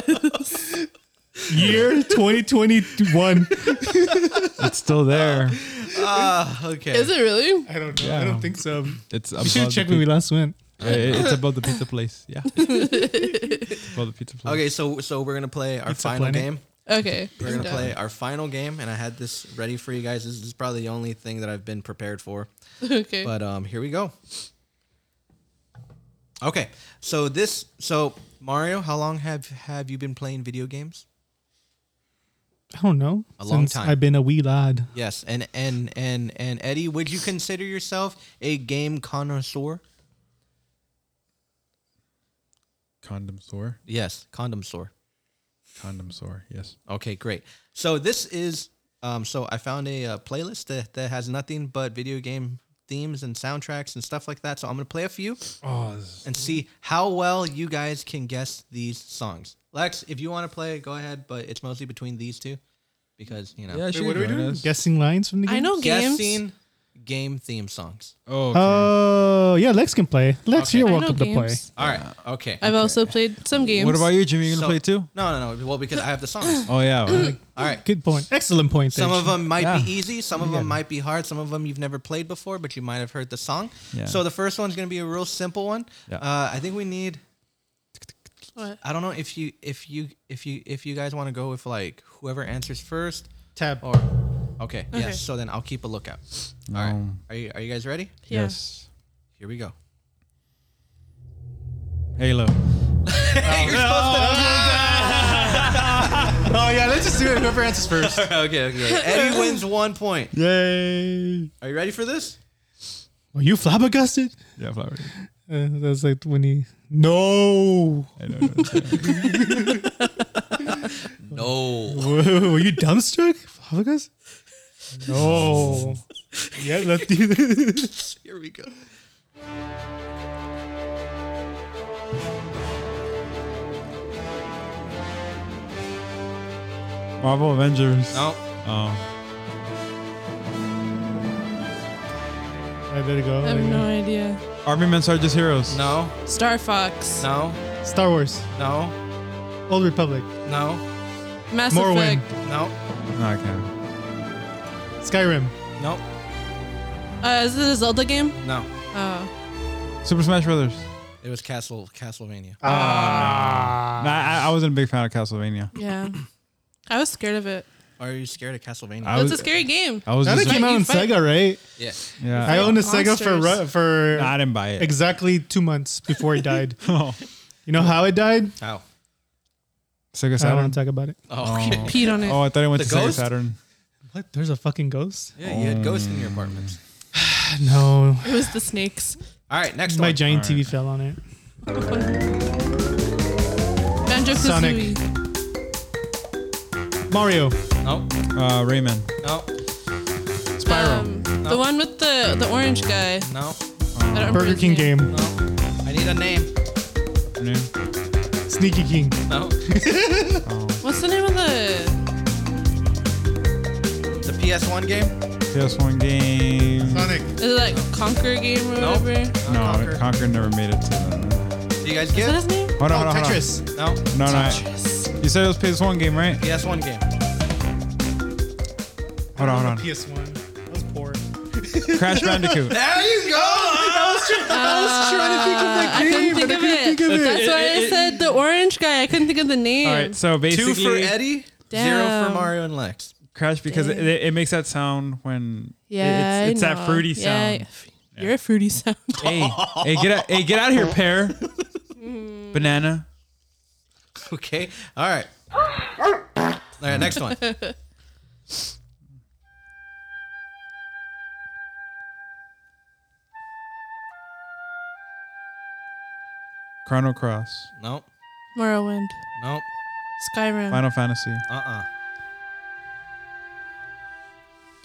Year 2021.
it's still there.
Ah, okay.
Is it really?
I don't know.
Yeah.
I don't think so.
It's
you
above
should
the
check when we
pizza-
last went.
Uh, It's about the pizza place. Yeah. It's about the pizza place.
Okay, so so we're gonna play our
Pizza
final
Planet?
game.
Okay,
We're
I'm
gonna
down.
play our final game, and I had this ready for you guys. This is probably the only thing that I've been prepared for.
Okay.
But um, here we go. Okay, so this so Mario, how long have have you been playing video games?
I don't know.
A long
Since
time.
I've been a wee lad.
Yes, and and and and Eddie, would you consider yourself a game connoisseur?
Condom sore.
Yes, condom sore.
Condom sore. Yes.
Okay, great. So this is um, so I found a uh, playlist that, that has nothing but video game themes and soundtracks and stuff like that. So I'm gonna play a few
Oh, this
and see how well you guys can guess these songs. Lex, if you want to play, go ahead, but it's mostly between these two because you know.
Yeah, Wait,
what are we doing?
us.
Guessing lines from the game?
I know games.
Guessing game theme songs.
Oh,
Oh, yeah, Lex can play. Lex,
Okay.
you're
I know
welcome to play.
games.
All right. Okay.
I've also played some games.
What about you, Jimmy? You gonna
So-
play too?
No, no, no. Well, because I have the songs.
Oh yeah. well,
All right.
Good point. Excellent point.
Some
there,
of uh, them might
Yeah.
be easy, some of them might be hard, some of them you've never played before, but you might have heard the song.
Yeah.
So the first one's gonna be a real simple one.
Yeah.
Uh, I think we need.
What?
I don't know if you if you if you if you guys want to go with like whoever answers first
Tab.
or okay,
Okay.
yes. So then I'll keep a lookout.
No.
All right. Are you are you guys ready?
Yeah.
Yes.
Here we go.
Halo.
Oh yeah, let's just do it. Whoever answers first.
okay, okay. Eddie wins one point.
Yay!
Are you ready for this?
Are you flabbergasted?
Yeah, flower.
Uh, that's like when he. No.
I know. it's, uh,
No.
Whoa, were you dumbstruck? Flabbergasted? No. yeah, let's do this.
Here we go.
Marvel Avengers.
No.
Oh.
I better go.
I have no idea.
Army Men Sergeant Heroes.
No.
Star Fox.
No.
Star Wars.
No.
Old Republic.
No.
Mass
Morrowind.
Effect.
No.
No, I can't.
Skyrim.
No.
Uh, is it a Zelda game?
No.
Oh.
Super Smash Brothers.
It was Castle Castlevania.
Uh,
Ah.
Nah, I, I wasn't a big fan of Castlevania.
Yeah. I was scared of it.
Are you scared of Castlevania?
I
It's
was.
a scary game.
I was.
That
Just,
came
Like,
out
you
on
fight-
Sega, right?
yeah.
yeah.
I owned a Sega for
monsters.
ru- for
Nah, I didn't buy it.
exactly two months before he died.
Oh.
You know how it died? Um,
How?
Sega
I don't
Saturn.
want to talk about it.
Oh, okay.
Peed on it.
Oh, I thought it went
The
to Sega
Ghost?
Saturn.
What? There's a fucking ghost?
Yeah, you had ghosts in your apartment.
No.
It was the snakes.
All right, next
My
one.
giant
All
TV
right.
fell on it.
Banjo
Sonic.
Kazooie.
Mario.
no,
Uh, Rayman.
no,
Spyro.
Um, The one with the the orange guy.
no,
I don't remember
Burger
his
King
name.
game.
no. I need a name.
No.
Sneaky King.
No.
What's the name of the?
The PS1 game?
PS1 game.
Sonic.
Is it like Conquer game or
Nope.
whatever?
No,
Conquer.
Conquer. never made it to the.
Do you guys
Is that
get
his
it?
name?
Hold on, hold on, hold on.
Tetris.
No.
No, no. I- You said it was PS1 game, right?
PS1 game.
Hold on, hold on.
PS1. That was poor.
Crash Bandicoot.
There you go!
Uh, I was trying to think of that game. I couldn't think of it. That's why I said the orange guy. I couldn't think of the name.
All right, so basically,
Two for Eddie, zero for
Damn.
Mario and Lex.
Crash because it, it, it makes that sound when
Yeah,
it-
I
it's, it's
know.
that fruity
Yeah,
sound.
yeah. You're a fruity sound.
Hey, hey, get out, hey, get out of here, pear,
Mm.
banana.
Okay. All right. All right. Next one.
Chrono Cross,
Nope.
Morrowind.
Nope.
Skyrim.
Final Fantasy.
Uh uh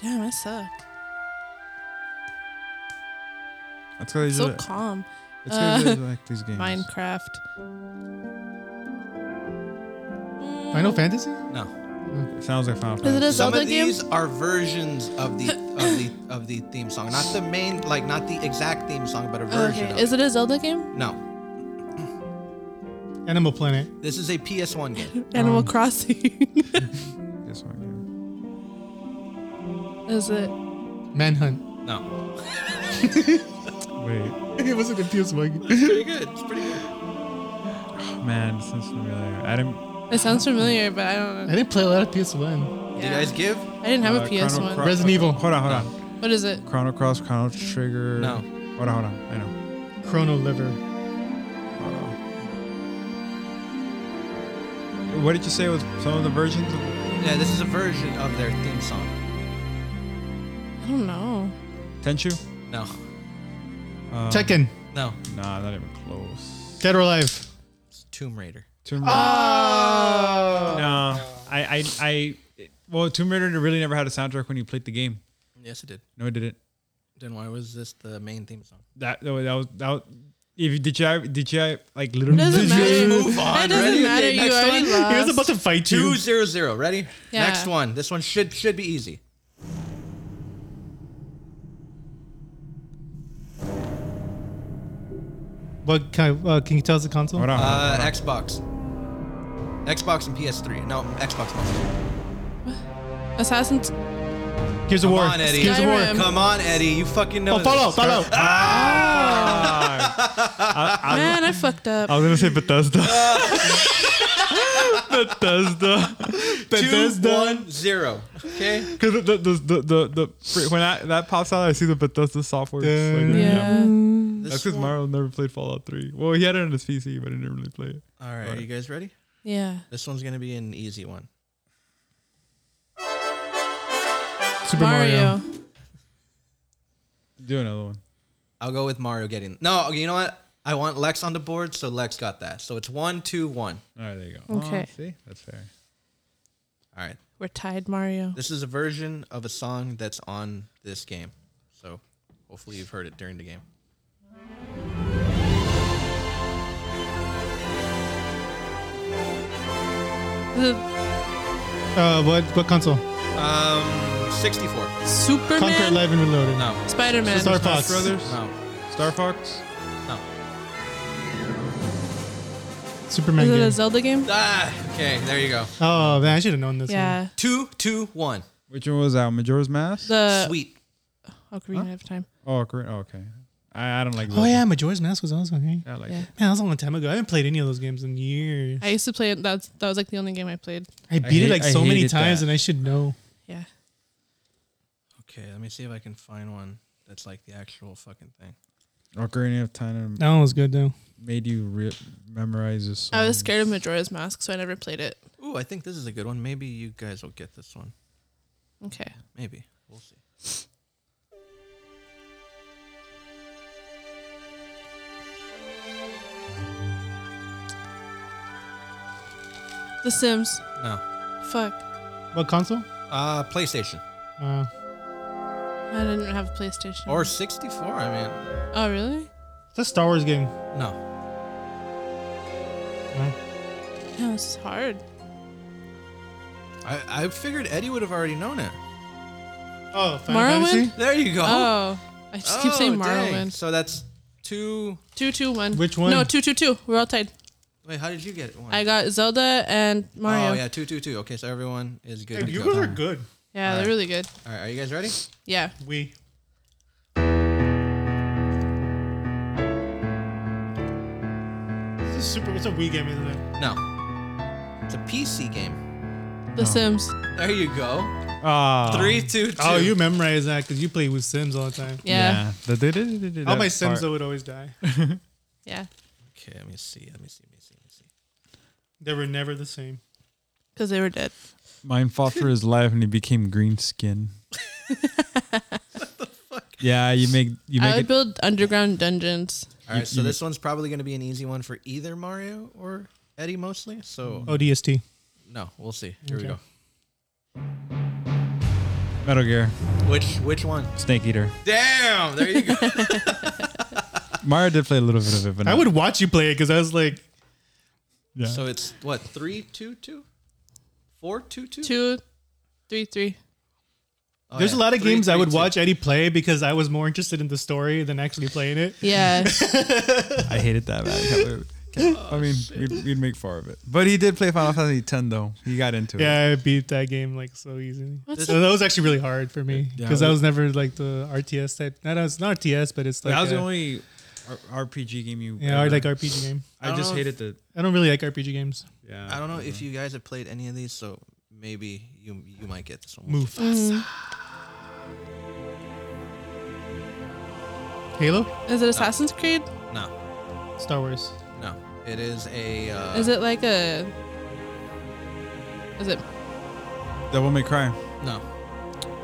Damn, I suck.
That's why they
so
do it.
calm.
That's why they
Uh,
do like these games.
Minecraft.
Final Fantasy?
No.
It sounds like Final
Is
Fantasy.
it a
Some
Zelda
of
game?
these are versions of the of the of the theme song, not the main, like not the exact theme song, but a version.
Okay.
Of
Is it a Zelda game?
No,
Animal Planet.
this is a PS1 game.
Animal Crossing.
This one, yeah.
Is it?
Manhunt.
No.
Wait,
it wasn't confused, Mike.
pretty good. It's pretty good.
man, this is familiar. uh, I didn't.
It sounds familiar, but I don't
I
know.
didn't play a lot of PS1.
Did you guys give?
I didn't have
uh,
a
Chrono
PS1.
Cro-
Resident Evil.
Hold on, hold on.
What is it?
Chrono Cross, Chrono Trigger.
No.
Hold on, hold on. I know.
Chrono Liver.
What did you say was some of the versions? Of-
Yeah, this is a version of their theme song.
I don't know.
Tenchu?
No.
Um,
Tekken.
No.
Nah, not even close.
Dead or Alive.
It's Tomb Raider.
Tomb Raider.
Ah!
No, I, I, I. Well, Tomb Raider really never had a soundtrack when you played the game.
Yes, it did.
No, it didn't.
Then why was this the main theme song?
That that was that was. That was if you, did you ever- did you like literally
doesn't
did you
matter.
ever
Move on, That doesn't ready? matter, you already lost. He was about
to fight
Two zero zero. Ready?
Yeah.
Next one. This one should should be easy.
What kind uh, can you tell us the console?
Hold on, hold on,
Uh,
hold on.
Xbox. Xbox and PS3. No, Xbox mostly.
Assassin's.
Here's a
Come
war.
on, Eddie.
Here's a war.
Skyrim.
Come on, Eddie. You fucking know.
Oh, follow,
this.
follow.
Man, I fucked up.
I was gonna say Bethesda. Bethesda.
Two
Bethesda.
one zero. Okay.
Because the, the, the, the, the, the- when I, that pops out, I see the Bethesda software. It's like,
Yeah.
That's
This
because
one-
Mario never played Fallout 3. Well, he had it on his PC, but he didn't really play it.
All right. Are you guys ready?
Yeah.
This one's gonna be an easy one.
Super
Mario.
Do another one.
I'll go with Mario getting. No, you know what? I want Lex on the board, so Lex got that. So it's one two one.
All right, there you go.
Okay.
Oh, see? That's fair.
All right.
We're tied, Mario.
This is a version of a song that's on this game. So hopefully you've heard it during the game.
The
Uh, what what console?
Um, 64.
Conquer
Superman.
Live and Reloaded.
No.
Spider Man.
Star
Smash
Fox.
Brothers?
No.
Star Fox?
No.
Superman
Is it
game.
a Zelda game?
Ah, okay. There you go.
oh man, I should have known this. One.
Yeah.
Two, two, one.
Which one was that? Majora's Mask?
The
Sweet.
Ocarina of Time.
Oh, correct. Oh, okay. I, I don't like
Oh
Zelda.
yeah, Majora's Mask was also okay.
I like
Yeah.
it.
Man, that was a long time ago. I haven't played any of those games in years.
I used to play it. That's that was like the only game I played.
I beat it
hate-
like
I
so many
hated
times,
that.
and I should know.
Yeah.
Okay, let me see if I can find one that's like the actual fucking thing.
Ocarina of Time
That one was good though.
made you re- memorize this song.
I was scared of Majora's Mask, so I never played it.
Ooh, I think this is a good one. Maybe you guys will get this one.
Okay.
Maybe. We'll see.
The Sims.
No.
Fuck.
What console?
Uh, PlayStation.
Uh,
I didn't have a PlayStation.
Or 64, I
oh really?
it's a Star Wars game. Uh,
mean. No.
Yeah, this is hard.
I, I figured Eddie would have already known it.
Oh, Final
Morrowind?
Fantasy?
There you go.
Oh. I just keep
Oh,
saying
dang.
Morrowind.
So that's two.
Two, two, one.
Which one?
No, two, two, two. We're all tied.
Wait, how did you get one?
I got Zelda and Mario.
Oh,
yeah,
yeah, two, two, two. Okay, so everyone is good. to
you
go.
guys are good.
they're really good.
All right, are you guys ready?
Yeah.
We. This is super. It's a Wii game, isn't it?
No. It's a PC game.
Oh.
The Sims.
There you go.
Oh,
Ah.
Three, two,
Oh,
two.
you memorize that because you play with Sims all the time.
Yeah.
Yeah.
All my Sims
Part.
though would always die.
Yeah.
Okay, let me see. Let me see. Let me see. Let me see.
They were never the same.
Because they were dead.
Mine fought for his life and he became green skin. Yeah, you make you
I
make
would
it.
build underground dungeons.
All right, so this one's probably going to be an easy one for either Mario or Eddie mostly. So
ODST.
No, we'll see. Here we
Mm. Okay.
go.
Metal Gear.
Which which one?
Snake Eater.
Damn, there you go.
Mario did play a little bit of it, but
I
not-
would watch you play it because I was like,
Yeah.
So it's what three, two, two, four, two, two.
Two, three, three.
Oh,
there's
yeah.
a lot of
Three,
games I
three,
would
two.
watch Eddie play because I was more interested in the story than actually playing it.
Yeah.
I hated that. Man. I can't believe- I mean, we'd, we'd make far of it. But he did play Final Fantasy X, though. He got into it.
Yeah, I beat that game like so easily.
What's
So
the-
that was actually really hard for me
Yeah,
because
it-
I was never like the RTS type. Not it's not RTS, but it's like
that was the
uh,
only R- RPG game you.
Yeah, I like RPG game.
I, just hated the.
I don't really like RPG games.
Yeah.
I don't know if you guys have played any of these, so maybe you you might get this one.
Move.
Mm.
Halo,
Is it Assassin's Creed?
No,
Star Wars.
no. It is a. Uh,
Is it like a. Is it.
Devil May Cry.
No.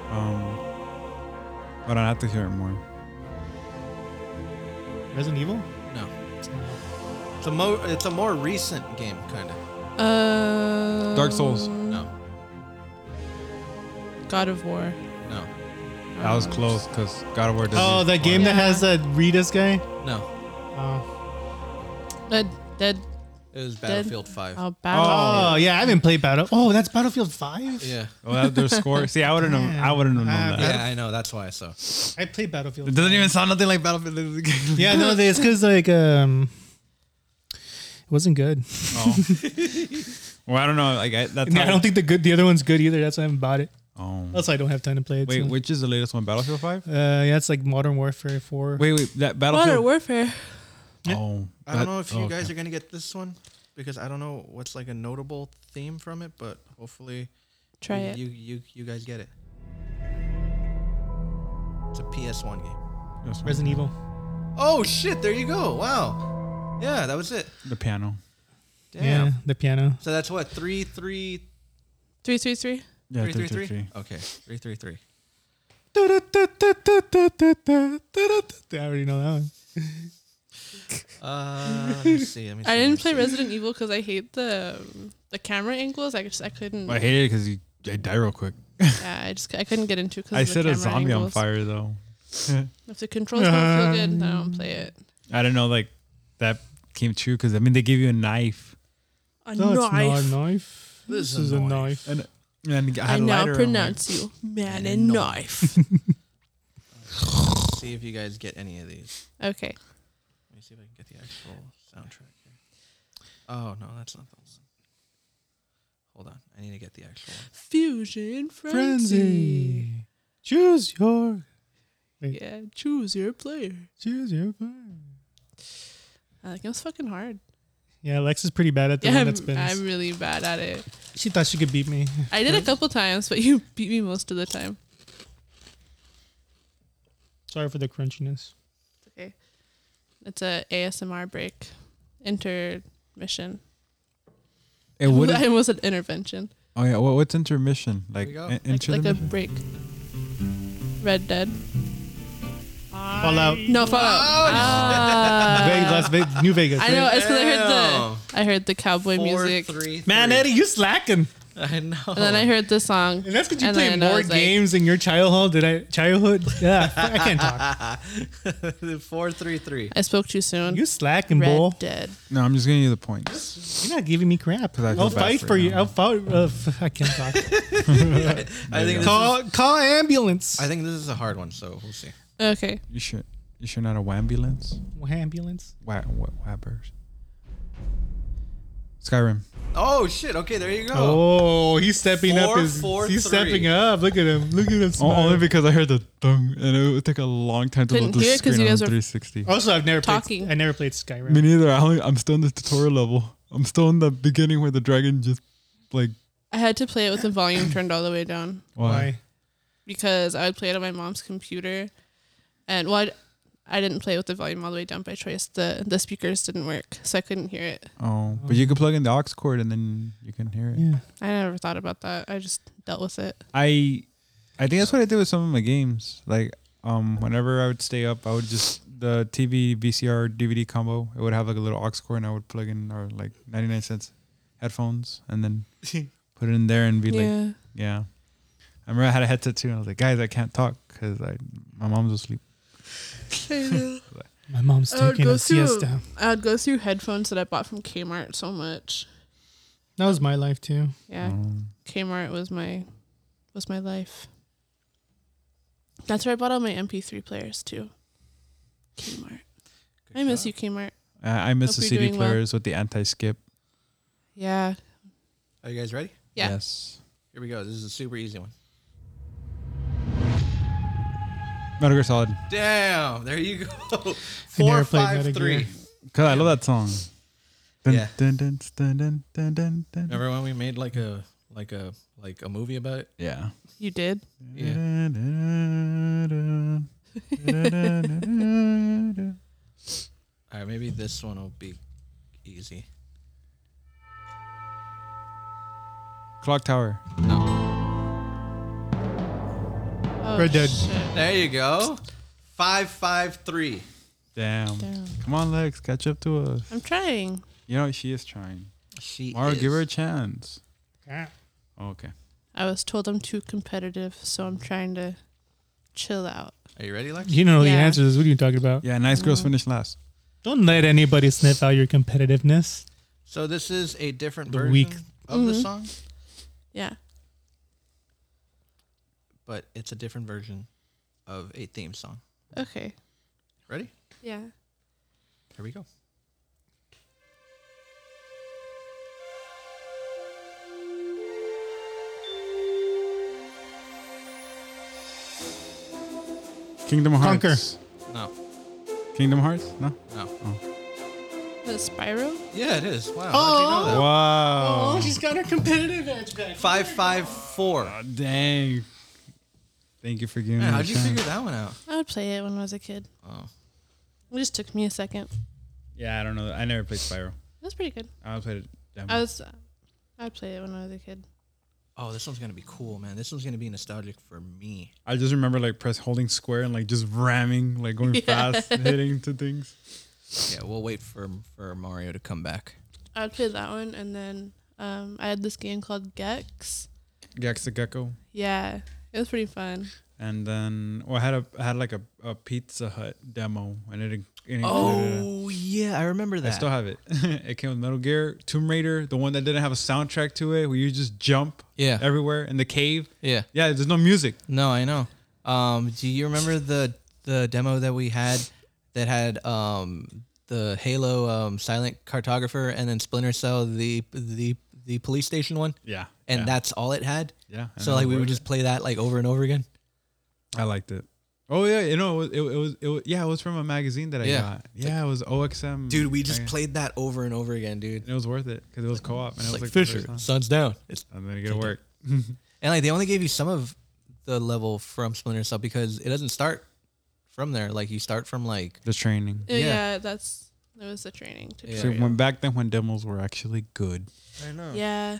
Um. But I have to hear it more.
Resident Evil?
No. It's a mo. It's a more recent game, kind of.
Uh,
Dark Souls.
No,
God of War.
no,
That was close because God of War. doesn't
Oh,
use
that game that
fire.
has that Redis guy.
no.
Oh,
Dead. Dead.
It was
Dead-
Battlefield Five.
Oh,
oh
Battlefield.
yeah, I haven't played Battle. Oh, that's Battlefield Five.
Yeah.
Oh, that their score. See, I wouldn't have. I wouldn't have known
Yeah.
that.
Yeah, I know. That's why. So
I played Battlefield.
It doesn't even sound nothing like Battlefield.
Yeah, no, it's because like um, it wasn't good.
Oh. well, I don't know. Like I, that's.
No,
how-
I don't think the good the other one's good either. That's why I haven't bought it.
Oh.
Also, I don't have time to play it.
Wait,
so-
which is the latest one? Battlefield Five.
Uh, yeah, it's like Modern Warfare Four.
Wait, wait. That
Modern
Battlefield.
Warfare.
Oh.
I don't
that-
know if you
oh,
guys
okay.
are gonna get this one because I don't know what's like a notable theme from it, but hopefully,
Try
you,
it.
You you you guys get it. It's a PS1 game.
That's fine.
Resident Evil.
Oh shit! There you go. Wow. Yeah, that was it.
The piano.
Damn.
Yeah, the piano.
So that's what three three
Three, three, three.
Yeah,
three, three, three?
three, three.
Okay, three three three.
I already know that one.
Uh, let me see. Let me see.
I
let me
didn't play
see.
Resident Evil because I hate the um, the camera angles. I just I couldn't.
I hate it because you I die real quick.
Yeah, I just I couldn't get into because
I
of the
set a
camera
zombie on
angles.
fire though.
If the controls don't feel good, then I don't play it.
I don't know, like that came true because I mean they give you a knife.
A
No, it's
knife.
not a knife.
This
This
is a
is a
knife.
knife.
And and I,
I
had a lighter
now
on,
pronounce you man and knife.
Let's see if you guys get any of these.
okay.
Let me see if I can get the actual soundtrack here. Oh no, that's not the one. Hold on, I need to get the actual one.
Fusion frenzy.
Frenzy. Choose your
Yeah, choose your player.
choose your player.
I think it was fucking hard.
Yeah, Lex is pretty bad at the
yeah,
one
I'm,
that spins.
I'm really bad at it.
she thought she could beat me.
I did a couple times, but you beat me most of the time.
Sorry for the crunchiness.
Okay. It's a ASMR break. Intermission.
It would.
I almost said intervention.
Oh yeah. What, what's intermission? Like
you go.
in,
Like, like a
intermission?
break. Red Dead.
Fallout.
No, Fallout. Ah.
Vegas, Las Vegas, New Vegas.
I
right?
know. It's because I heard the I heard the cowboy
Four,
music,
three,
Man,
three.
Eddie, you slacking.
I know.
and then I heard the song.
And that's because you
And
play
then I
more
was like-
games in your childhood. Did I childhood? Yeah, I can't talk.
Four three three.
I spoke too soon.
You slacking,
Red
bull.
Dead.
No, I'm just giving you the points.
You're not giving me crap.
'Cause I feel
I'll
bad
fight
for
for
you.
you. I'll fight. Uh, f- I can't talk.
I think this is,
call call ambulance.
I think this is a hard one, so we'll see.
Okay.
You should. You should not a wambulance.
Oh, ambulance.
Wha what wabbers? Skyrim.
Oh shit! Okay, there you go.
Oh, he's stepping up.
Four,
His,
four,
he's
three.
stepping up. Look at him. Look at him.
O- Only
smile.
because I heard the thung, and it would take a long time to load
Couldn't
the
hear it 'cause
screen
you
on the
guys Oh. were
360.
Also, I've never
Talking.
played. I never played
Me
Skyrim.
neither. I only, I'm still in the tutorial level. I'm still in the beginning where the dragon just like
I had to play it with the volume turned all the way down.
Why? Why?
Because I would play it on my mom's computer, and well, I'd, I did not play it with the volume all the way down by choice. the The speakers didn't work, so I couldn't hear it.
oh, but you can plug in the aux cord and then you can hear it.
I never thought about that. I just dealt with it.
I I think that's what I did with some of my games. Like um whenever I would stay up, I would just the TV VCR DVD combo. It would have like a little aux cord and I would plug in or like 99 cents headphones and then put it in there and be
Yeah.
like yeah. I remember I had a headset too and I was like, "Guys, I can't talk cuz I my mom's asleep."
My mom's
I would
taking
Uh, go
a
through-
siesta.
I would go through headphones that I bought from Kmart so much.
That was my life too.
Yeah, Kmart was my was my life. That's where I bought all my MP3 players too. Kmart. I miss you, Kmart.
I, I miss
Hope
the
you're
CD
doing well.
players with the anti-skip.
Yeah.
Are you guys ready?
Yeah.
Yes.
Here we go. This is a super easy one.
Metal Gear Solid.
Damn. There you go. Four, five, three.
Cuz I love that song. Dun,
Yeah.
dun, dun, dun, dun, dun, dun, dun.
Remember when we made like a like a like a movie about it?
Yeah.
You did?
All right, maybe this one will be easy.
Clock Tower.
Oh,
Red Dead.
There you go. Five, five, three.
Damn.
Damn.
Come on, Lex, catch up to us.
I'm trying.
You know she is trying.
She
Mara,
is.
give her a chance. Oh, Okay.
I was told I'm too competitive, so I'm trying to chill out.
Are you ready, Lex?
You know
Yeah.
the answer to this. What are you talking about?
Yeah, nice
Mm.
girls finish last.
Don't let anybody sniff out your competitiveness.
So this is a different
The
version
weak-
of the
Mm-hmm.
song,
Mhm. Yeah.
but it's a different version of a theme song.
Okay.
Ready?
Yeah.
Here we go.
Kingdom
Conquer.
Hearts.
No.
Kingdom Hearts? No.
No.
Oh.
The Spyro?
Yeah, it is. Wow.
Oh.
How'd you know that?
Wow.
Oh.
got her competitive edge back.
Five, five, four.
Oh, dang. Thank you for giving
Man,
me.
how'd
a
you
chance.
figure that one out?
I would play it when I was a kid.
Oh.
It just took me a second. It
Yeah, I don't know. I never played Spyro.
was pretty good.
I played it. damn
I was. I would play it when I was a kid.
Oh, this one's gonna be cool, man. This one's gonna be nostalgic for me.
I just remember like press holding square and like just ramming, like going
Yeah.
fast, hitting to things.
Yeah, we'll wait for for Mario to come back.
I would play that one, and then um, I had this game called Gex.
Gex the Gecko.
Yeah, it was pretty fun.
And then well, I had a I had like a, a Pizza Hut demo and it, in- it included
Oh yeah, I remember
I
that.
still have it. it came with Metal Gear, Tomb Raider, the one that didn't have a soundtrack to it, where you just jump
Yeah.
everywhere in the cave.
Yeah.
Yeah, there's no music.
No, I know. Um, do you remember the the demo that we had that had um the Halo um silent cartographer and then Splinter Cell the the the police station one?
Yeah,
And
yeah.
that's all it had.
Yeah, and
So
it
like we would
worked.
just play that like over and over again.
I liked it. Oh yeah, you know it was it, was it was yeah it was from a magazine that I
Yeah.
got. Yeah, it was OXM.
Dude, we just
Mag-
played that over and over again, dude.
And it was worth it because it was co-op and it
It's
was
like
like
Fisher, sun's down. It's
I'm gonna get to work.
and like they only gave you some of the level from Splinter Cell because it doesn't start from there. Like you start from like
The training.
Uh, Yeah,
Yeah.
that's that was the training. To
Yeah.
so
yeah.
when back then when demos were actually good.
I know.
yeah,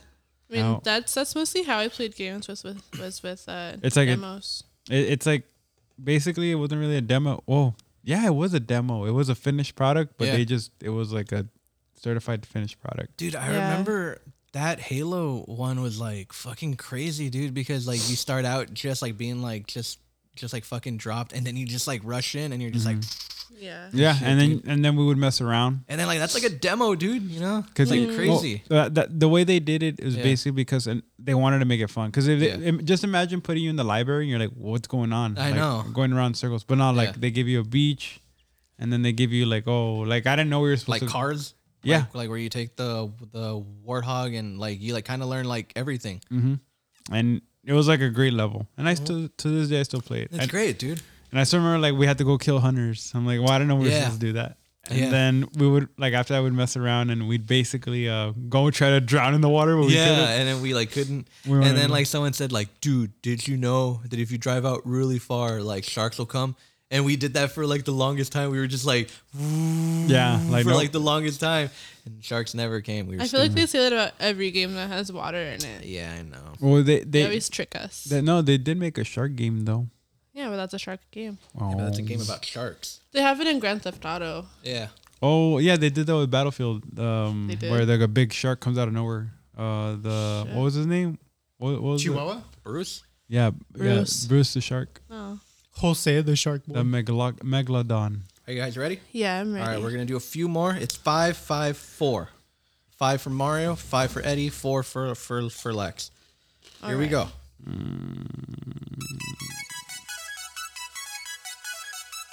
I mean
Now-
that's that's mostly how I played games was with was with uh,
It's like a-
demos.
It, it's like basically it wasn't really a demo. Oh, yeah, it was a demo. It was a finished product, but
Yeah.
they just it was like a certified finished product.
Dude, I
Yeah.
remember that Halo one was like fucking crazy, dude, because like you start out just like being like just just like fucking dropped and then you just like rush in and you're just like
Mm-hmm.
yeah.
Yeah,
Shit,
and then and then we would mess around
and then like that's like a demo, dude, you know?
because
like crazy.
uh, the way they did it is
Yeah.
basically because and they wanted to make it fun. Because if they-
Yeah.
im- just imagine putting you in the library and you're like, what's going on?
I
Like,
know.
going around in circles, but not like
Yeah.
they give you a beach, and then they give you like, oh, like I didn't know we were supposed
like
to
cars.
Yeah.
Like, like where you take the the warthog and like you like kinda learn like everything.
hmm And it was like a great level, and I still to this day I still play it.
That's
And-
great, dude.
And I still remember like we had to go kill hunters. I'm like, well, I don't know we were
Yeah.
supposed to do that. And
Yeah.
then we would like after that we'd mess around and we'd basically uh go try to drown in the water, but we
yeah,
couldn't.
and then we like couldn't.
We
and
weren't
then
in-
like someone said, like, dude, did you know that if you drive out really far, like sharks will come? And we did that for like the longest time. We were just like,
Yeah, like,
for
nope.
like the longest time, and sharks never came. We were
I feel like
stupid.
they say that about every game that has water in it.
Yeah, I know.
Well, they they,
They always trick us.
they- no, they did make a shark game though.
Yeah, but that's a shark game.
Oh,
but that's a game about sharks.
They have it in Grand Theft Auto.
Yeah.
Oh yeah, they did that with Battlefield, um,
They did.
where like a big shark comes out of nowhere. Uh, the what was his name? What, what was it?
Chihuahua?
Bruce.
Yeah,
Bruce.
yeah, Bruce the shark,
Oh.
Jose the Shark Boy.
the megalo- megalodon.
Are you guys ready?
Yeah, I'm
All right,
ready.
we're gonna do a few more. It's five, five, four. Five for Mario, five for Eddie, four for for for Lex.
All
Here we
right.
go.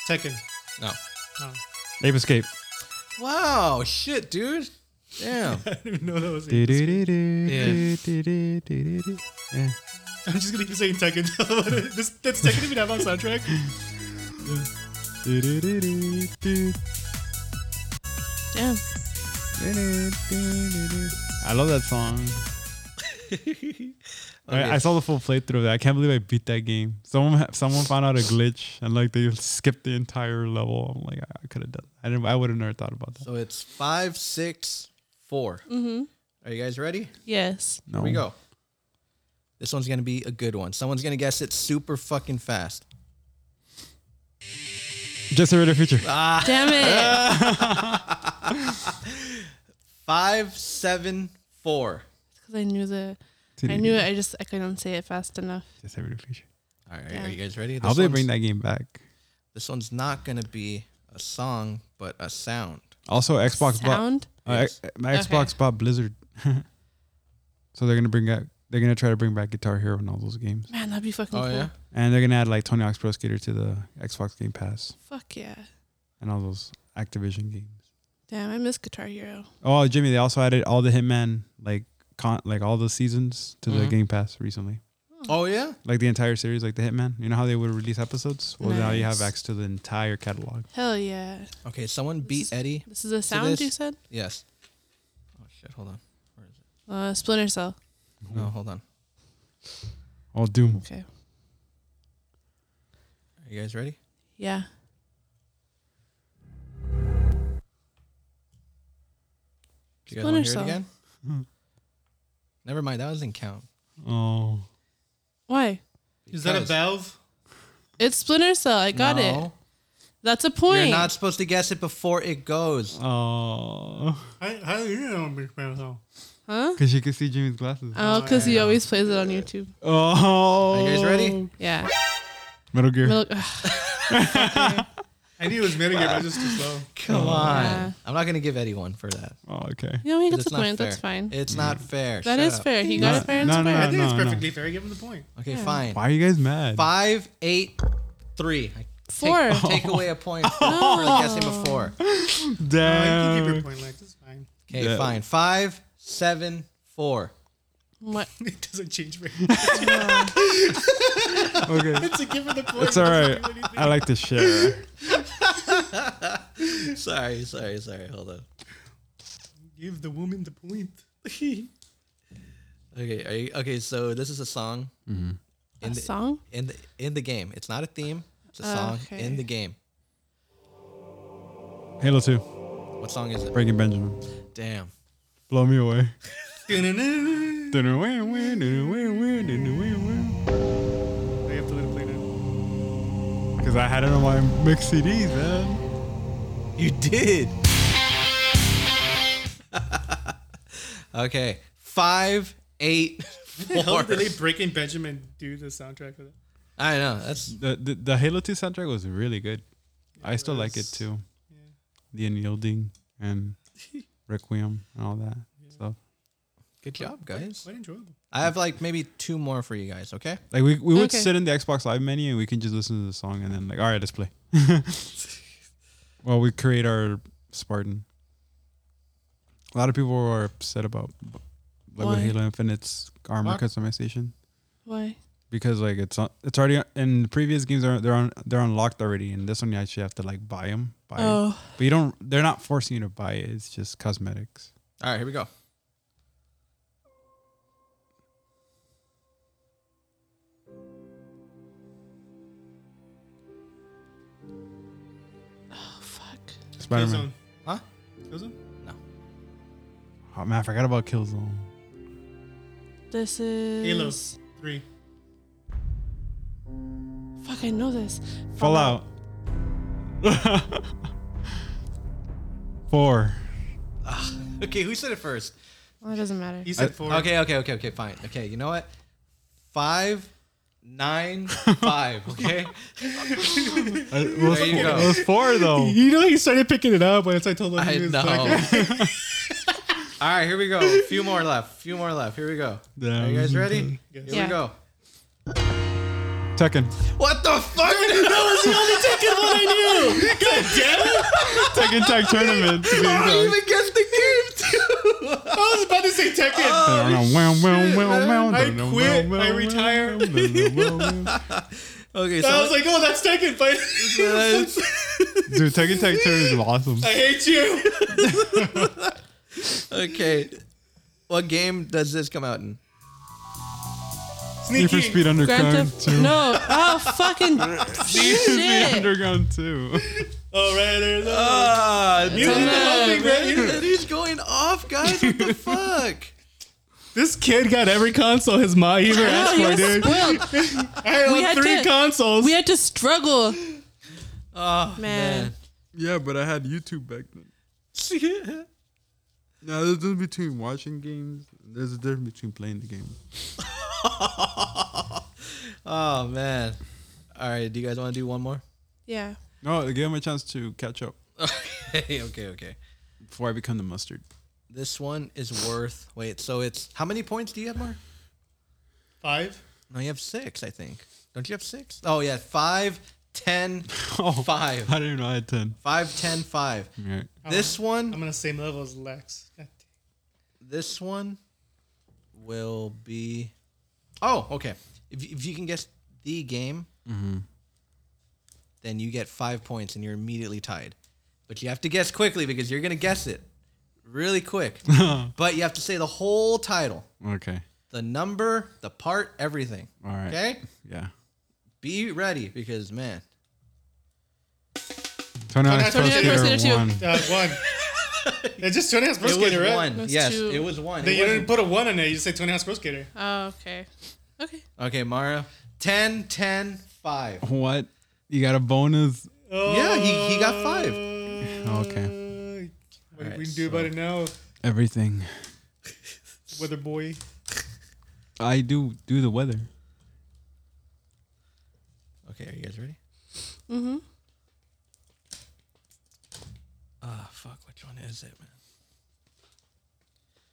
Tekken.
No.
Oh.
Ape Escape.
Wow, shit, dude. Damn.
I didn't even know that was.
Do, do, do, do,
Yeah.
do, do, do, do, do. Yeah.
I'm just gonna keep saying Tekken. this, that's Tekken even have on soundtrack.
Do, do, do, do, do,
Damn.
do, do, do, do. I love that song.
Okay.
I, I saw the full playthrough of that. I can't believe I beat that game. Someone someone found out a glitch and like they skipped the entire level. I'm like, I could have done. I didn't. I would have never thought about that.
So it's five, six, four.
Mhm.
Are you guys ready?
Yes.
Here we go. This one's gonna be a good one. Someone's gonna guess it super fucking fast.
Just a Ritter Future.
Ah.
Damn
it. five, seven, four.
Because I knew the. I knew it. I just I couldn't say it fast enough.
Just a Ritter Future.
All right,
Yeah.
are you guys ready?
I'll
This
they
one's-
bring that game back.
This one's not gonna be a song, but a sound.
Also, Xbox
Sound?
bought uh,
Yes.
my Xbox bought Blizzard, so they're gonna bring back. They're gonna try to bring back Guitar Hero and all those games.
Man, that'd be fucking
Oh,
cool.
yeah?
And they're gonna add like Tony Hawk's Pro Skater to the Xbox Game Pass
Fuck yeah.
and all those Activision games.
Damn, I miss Guitar Hero.
Oh, Jimmy, they also added all the Hitman like con like all the seasons to the
Mhm.
Game Pass recently.
Oh yeah.
Like the entire series, like the Hitman. You know how they would release episodes? Well, now you have
Nice.
access to the entire catalog.
Hell yeah.
Okay, someone beat Eddie.
This is a
to
sound
this.
you said?
Yes. Oh shit! Hold on.
Uh, Splinter Cell.
No, hold on.
All Doom.
Okay.
Are you guys ready?
Yeah.
Do you guys want to hear
Splinter
it again?
Hmm.
Never mind. That doesn't count.
Oh,
Why?
Is that a
Because-
valve?
It's Splinter Cell. I got it.
No.
That's a point.
You're not supposed to guess it before it goes.
oh,
I, how do you know I'm a big fan of that?
huh?
because Oh. you can see Jimmy's glasses.
Oh, because he always plays it on YouTube.
Oh,
Are you guys ready?
Yeah.
Metal Gear.
Middle- ugh. Okay.
I knew it was Metal Gear, but it was just too slow.
Come on.
Yeah.
I'm not gonna give Eddie one for that.
oh, okay.
You know, he
'cause
gets
it's
a
not
point. That's
fair.
fine.
It's not fair.
That
Shut
is
up.
fair. He
No,
got it fair and
no,
square.
no,
I think it's
no.
perfectly fair. Give him the point.
Okay, fine.
Why are you guys mad?
Five, eight, three. I
Four.
Take, take away a point for, for guessing before.
I can keep your
Damn.
point, Lex. It's fine.
Okay,
Yeah.
fine. Five, seven, four.
What?
It doesn't change very
okay,
It's a give him the point.
it's all right. I like to share.
Sorry, sorry, sorry. Hold on.
Give the woman the point.
Okay, are you, okay. So this is a song
A song?
in the in the game. It's not a theme. It's a song
Okay.
in the game.
Halo Two,
What song is it?
Breaking Benjamin,
Damn.
Blow Me Away.
We
We Because
have to let it play now.
I had it on my mix CDs, man.
You did. okay, five, eight,
How
four.
did they break and Benjamin do the soundtrack for that?
I know that's
The, the the Halo 2 soundtrack was really good. I still like it
was.
too. The Unyielding and Requiem and all that stuff.
good job, guys.
Quite enjoyable.
I have like maybe two more for you guys. Okay.
Like we, we would
Okay.
sit in the Xbox Live menu and we can just listen to the song and then like, all right, let's play. well, we create our Spartan. A lot of people were upset about like
Why?
with Halo Infinite's armor
What?
customization.
Why?
because like it's on, it's already in the previous games they're they're on they're unlocked already, and this one you actually have to like buy them. Buy 'em.
Oh.
but you don't. They're not forcing you to buy it. It's just cosmetics.
All right, here we go.
Spider Man.
Killzone. Huh? Killzone?
Oh man, I forgot about Killzone.
This is
Halo 3.
Fuck, I know this.
Fallout. Four.
Okay, who said it first?
Well, it doesn't matter.
Okay, okay, okay, okay, fine. Okay, you know what? Five, nine, five. Okay.
was-
there you go.
it was
four though.
You know, he started picking it up once I told him.
I
he was
know.
talking.
All right, here we go. A few more left. few more left. Here we go. Are you guys ready? Here
Yeah.
we go.
Tekken.
What the fuck?
that was the only Tekken one I knew. God damn it!
Tekken Tag Tournament. to be
I
exact.
don't even guess the game, too.
I was about to say Tekken. oh, I quit. I retire.
okay,
I was like, oh, that's Tekken, but
Dude, Tekken Tag Tournament is awesome.
I hate you.
okay. What game does this come out in?
Need for Speed Underground too.
No. Oh, fucking
Speed
shit.
Underground too.
All right, there's
Ah,
You did nothing, man.
He's going off, guys. What the fuck?
This kid got every console his mom ever asked
he
for,
was
dude.
spoiled.
I own three consoles.
We had to struggle.
Oh
Man.
Yeah, but I had YouTube back then. No, there's a difference between watching games. There's a difference between playing the game.
Oh man. All right. Do you guys want to do one more?
Yeah.
No, it gave him a chance to catch up
Okay. Okay. Okay.
before I become the mustard.
This one is worth. Wait. So it's how many points do you have, Mark?
Five.
No, you have six. I think. Don't you have six? Oh yeah, five, ten,
Oh.
five.
Oh, I didn't even know I had ten.
Five, ten, five.
Right.
This one. I'm
on the same level as Lex. God
This one will be. Oh, okay. If, if you can guess the game,
Mhm.
then you get five points and you're immediately tied. But you have to guess quickly because you're going to guess it really quick. but you have to say the whole title
Okay.
the number, the part, everything.
All right.
Okay?
Yeah.
Be ready because, man.
Tony Hawk's Pro
Skater
Skater one.
Uh, one. It's just Tony Hawk's Pro
It was
Skater, right?
one. That's Yes, two. it was one.
Then
It
you
wasn't-
didn't put a one in it. You just said Tony Hawk's Pro Skater.
Oh, okay. Okay.
Okay, Mario. 10, 10, 5.
What? You got a bonus?
Yeah, he, he got five.
Okay.
What do we do about it now,
Everything.
weather boy?
I do do the weather.
Okay, are you guys ready?
Mm-hmm.
Ah, fuck. Which one is it, man?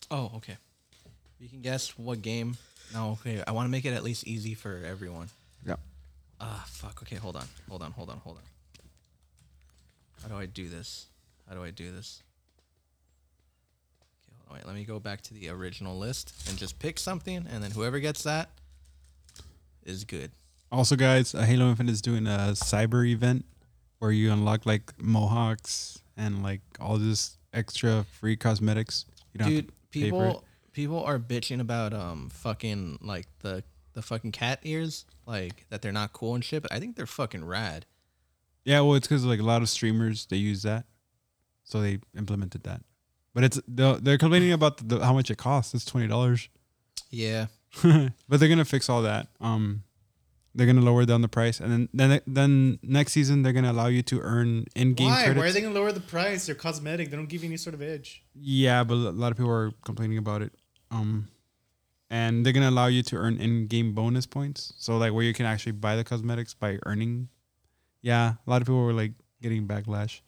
Oh, okay. You can guess what game. No, okay. I want to make it at least easy for everyone.
Yeah.
Ah, fuck. Okay, hold on. Hold on. Hold on. Hold on. How do I do this? How do I do this? Okay, hold on. Wait, let me go back to the original list and just pick something, and then whoever gets that is good.
Also, guys, uh, Halo Infinite is doing a cyber event where you unlock like mohawks and like all this extra free cosmetics. You don't have
Dude,
to pay for it.
people people are bitching about um fucking like the the fucking cat ears, like that they're not cool and shit, but I think they're fucking rad.
Yeah, well, it's because like a lot of streamers they use that, so they implemented that. But it's they're, they're complaining about the, how much it costs. It's twenty dollars,
Yeah.
but they're gonna fix all that. Um, they're gonna lower down the price, and then then then next season they're gonna allow you to earn in game
Why?
credits.
Why are they gonna lower the price? They're cosmetic. They don't give you any sort of edge.
Yeah, but a lot of people are complaining about it. Um, and they're gonna allow you to earn in-game bonus points, so like where you can actually buy the cosmetics by earning. Yeah, a lot of people were like getting backlash,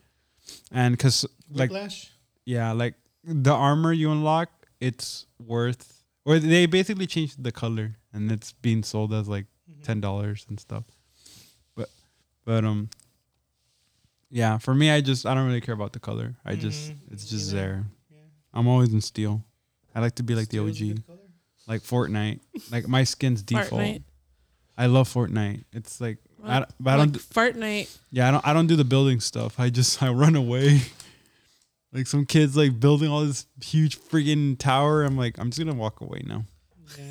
and because like
Whiplash?
yeah, like the armor you unlock, it's worth or they basically changed the color, and it's being sold as like ten dollars and stuff. But but um, yeah, for me, I just I don't really care about the color. I just it's just there. I'm always in steel. I like to be like the OG, like Fortnite. like my skin's default.
Fortnite.
I love Fortnite. It's like I, don't- but I
like
don't
fart night.
Yeah, I don't I don't do the building stuff. I just I run away. Like some kids like building all this huge freaking tower. I'm like, I'm just gonna walk away now. Yeah.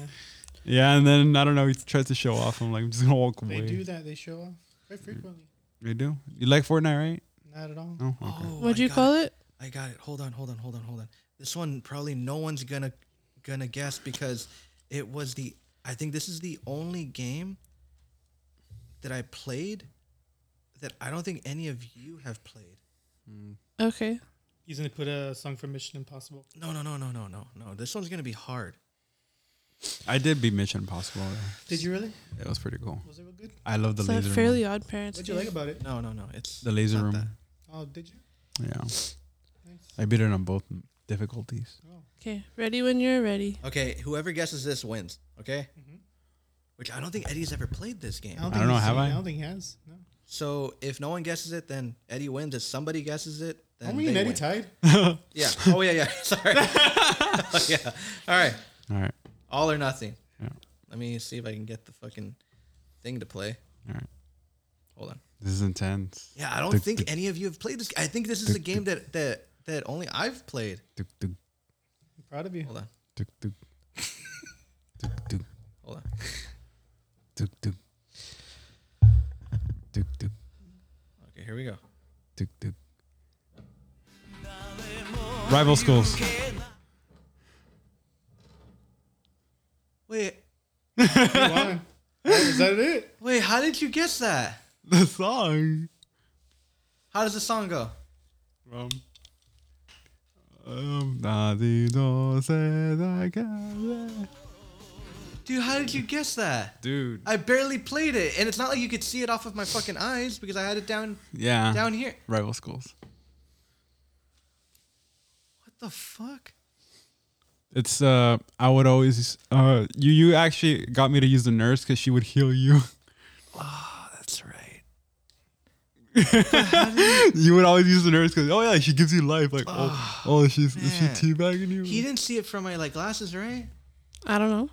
Yeah, and then I don't know. He tries to show off. I'm like, I'm just gonna walk away.
They do that. They show off quite frequently.
They do. You like Fortnite, right?
Not at all.
No. Okay.
What'd
I
you
got
call
it? I got it. Hold on, hold on, hold on, hold on. This one probably no one's gonna gonna guess because it was the I think this is the only game that I played that I don't think any of you have played.
Okay.
He's gonna put a song from Mission Impossible.
No, no, no, no, no, no, no. This one's gonna be hard.
I did beat Mission Impossible.
Did you really?
It was pretty cool.
Was it good?
I love the
Is that
laser.
Fairly
room.
Odd Parents?
What'd you like about it?
No, no, no. It's
The laser room.
Oh, did you?
Yeah. I beat it on both difficulties.
Okay, ready when you're ready.
Okay, whoever guesses this wins. Okay. Which I don't think Eddie's ever played this game.
I don't know. Have I?
I don't think he has. No.
So if no one guesses it, then Eddie wins. If somebody guesses it, then
Aren't we and
they
Eddie
win.
tied?
yeah. Oh yeah. Yeah. Sorry. Oh, yeah. All right.
All right.
All or nothing.
Yeah.
Let me see if I can get the fucking thing to play.
All right.
Hold on.
This is intense.
Yeah, I don't
Duck,
think
duck,
any of you have played this. I think this is a game that that that only I've played.
duck, duck,
I'm proud of you.
Hold on.
duck, duck. Duck, duck,
Hold on.
duck, duck. Duck, duck,
Okay, here we go.
duck, duck. Rival schools.
Wait.
Why? Is that it?
Wait, how did you guess that?
The song.
How does the song go?
From Um, Nadino said I got it.
Dude, how did you guess that?
Dude.
I barely played it, and it's not like you could see it off of my fucking eyes because I had it down.
Yeah.
Down here.
Rival schools.
What the fuck?
It's uh, I would always uh, you you actually got me to use the nurse because she would heal you.
Oh, that's right.
you would always use the nurse because oh yeah, she gives you life. Like oh, oh, she's is
Ah, man.
she teabagging you?
He didn't see it from my like glasses, right?
I don't know.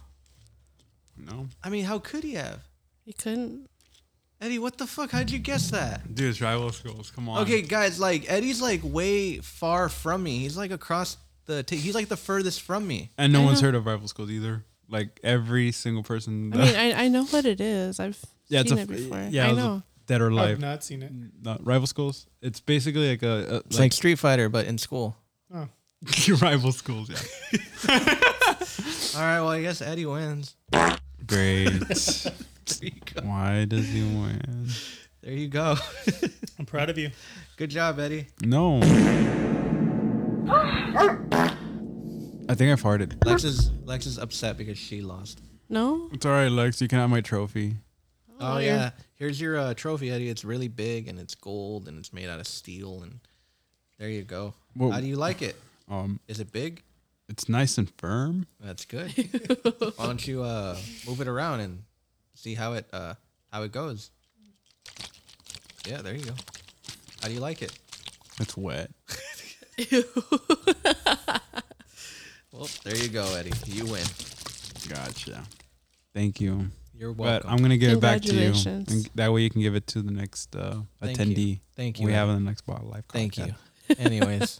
no,
I mean, how could he have?
You couldn't.
Eddie, what the fuck? How'd you guess that?
dude, it's rival schools. Come on.
Okay, guys, like Eddie's like way far from me. He's like across the. T- he's like the furthest from me.
And no
I
one's
know.
heard of rival schools either. Like every single person.
I
that-
mean, I, I know what it is. I've
yeah, it's
seen
a
it before.
yeah,
I
it's a
know.
dead or alive.
I've not seen it.
Mm.
Not rival schools. It's basically like a, a
It's like Street Fighter, but in school.
Oh.
rival schools. Yeah.
All right, well, I guess Eddie wins.
Great. Why does he win?
There you go.
I'm proud of you.
Good job, Eddie.
No. I think I farted.
Lex is Lex is upset because she lost.
No?
It's all right, Lex. You can have my trophy.
Oh,
Oh, you're-
yeah, here's your uh, trophy, Eddie. It's really big and it's gold and it's made out of steel and there you go.
Whoa.
How do you like it?
Um,
Is it big?
it's nice and firm.
That's good. Why don't you uh, move it around and see how it uh, how it goes? Yeah, there you go. How do you like it?
It's wet.
Well, there you go, Eddie. You win.
Gotcha. Thank you.
You're
But
welcome.
I'm gonna give it back to you,
Congratulations.
and that way you can give it to the next uh,
Thank you.
attendee.
Thank you,
We have
Adam.
in the next bottle life.
Thank
contest.
you. Anyways,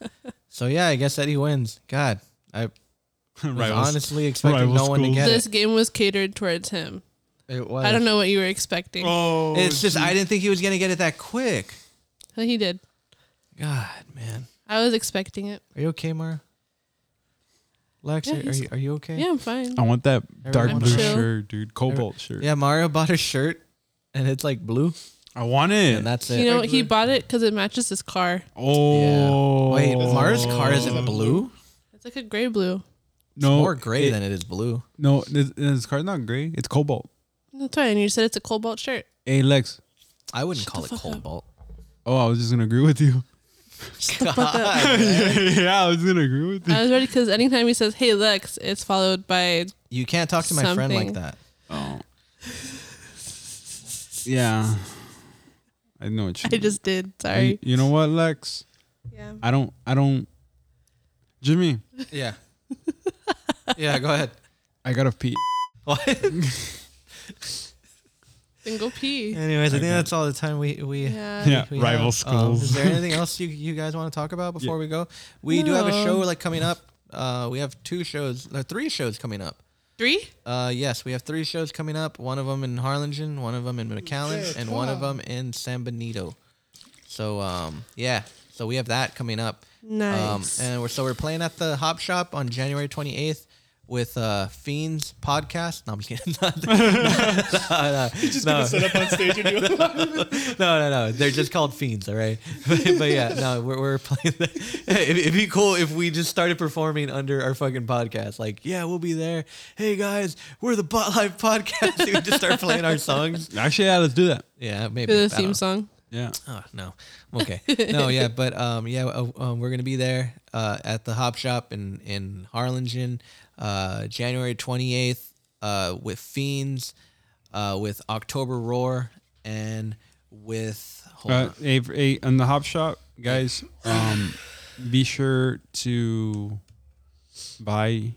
so yeah, I guess Eddie wins. God, I was
Rivals-
honestly expecting
rival
no one to
schools.
get
This
it.
game was catered towards him.
It was.
I don't know what you were expecting.
Oh,
It's just I didn't think he was gonna get it that quick.
He did.
God, man,
I was expecting it.
are you okay, Mara? Lex,
Yeah,
are, are
he's-
you are you okay?
Yeah, I'm fine.
I want that dark
Everyone-
blue
I'm chill.
shirt, dude. Cobalt shirt.
Yeah, Mario bought a shirt, and it's like blue,
I want it.
and that's it.
You know, he bought it because it matches his car.
oh,
Wait, Mario's car isn't blue.
It's like a gray blue.
It's
no,
more gray
Oh, it-
than it is blue.
No, his, his car's not gray. It's cobalt.
That's right. And you said it's a cobalt shirt.
Hey, Lex.
I wouldn't call it cobalt.
Oh, I was just gonna agree with you. yeah, I was gonna agree with you.
I was ready because anytime he says, hey, Lex, it's followed by
You can't talk to my friend like
Something.
that.
Oh. Yeah. I know what you.
I just did.
you,
Sorry.
you know what, Lex?
Yeah.
I don't. I don't. Jimmy,
Yeah. yeah. Go ahead.
I gotta pee.
What?
Then go pee.
Anyways, I think that's all the time we we
Yeah.
Yeah,
we
rival
Um, is
schools.
there anything else you, you guys want to talk about before we go? We do have a show
No.
like coming up. Uh, we have two shows, uh, three shows coming up.
Three?
Uh, yes, we have three shows coming up. One of them in Harlingen, one of them in McAllen,
Yeah,
and one of
cool.
them in San Benito. So um, yeah, so we have that coming up.
Nice.
Um, and we're so we're playing at the Hop Shop on January 28th with uh, Fiends podcast. No, I'm just kidding. no, no,
He's just gonna set up on stage and do-
no, no, no. They're just called fiends, all right. But, but yeah, no, we're, we're playing. The, it, it'd be cool if we just started performing under our fucking podcast. Like, yeah, we'll be there. Hey guys, we're the Bot Life Podcast. we just start playing our songs.
Actually, yeah, let's do that.
Yeah, maybe
the
I
theme
don't know.
song?
Yeah.
Oh no. I'm Okay. No, yeah, but um, yeah, uh, um, we're gonna be there uh, at the Hop Shop in in Harlingen, uh, January 28th, uh, with Fiends, uh, with October Roar, and with hold
uh,
on.
a, a, on the hop shop, guys. Um, be sure to buy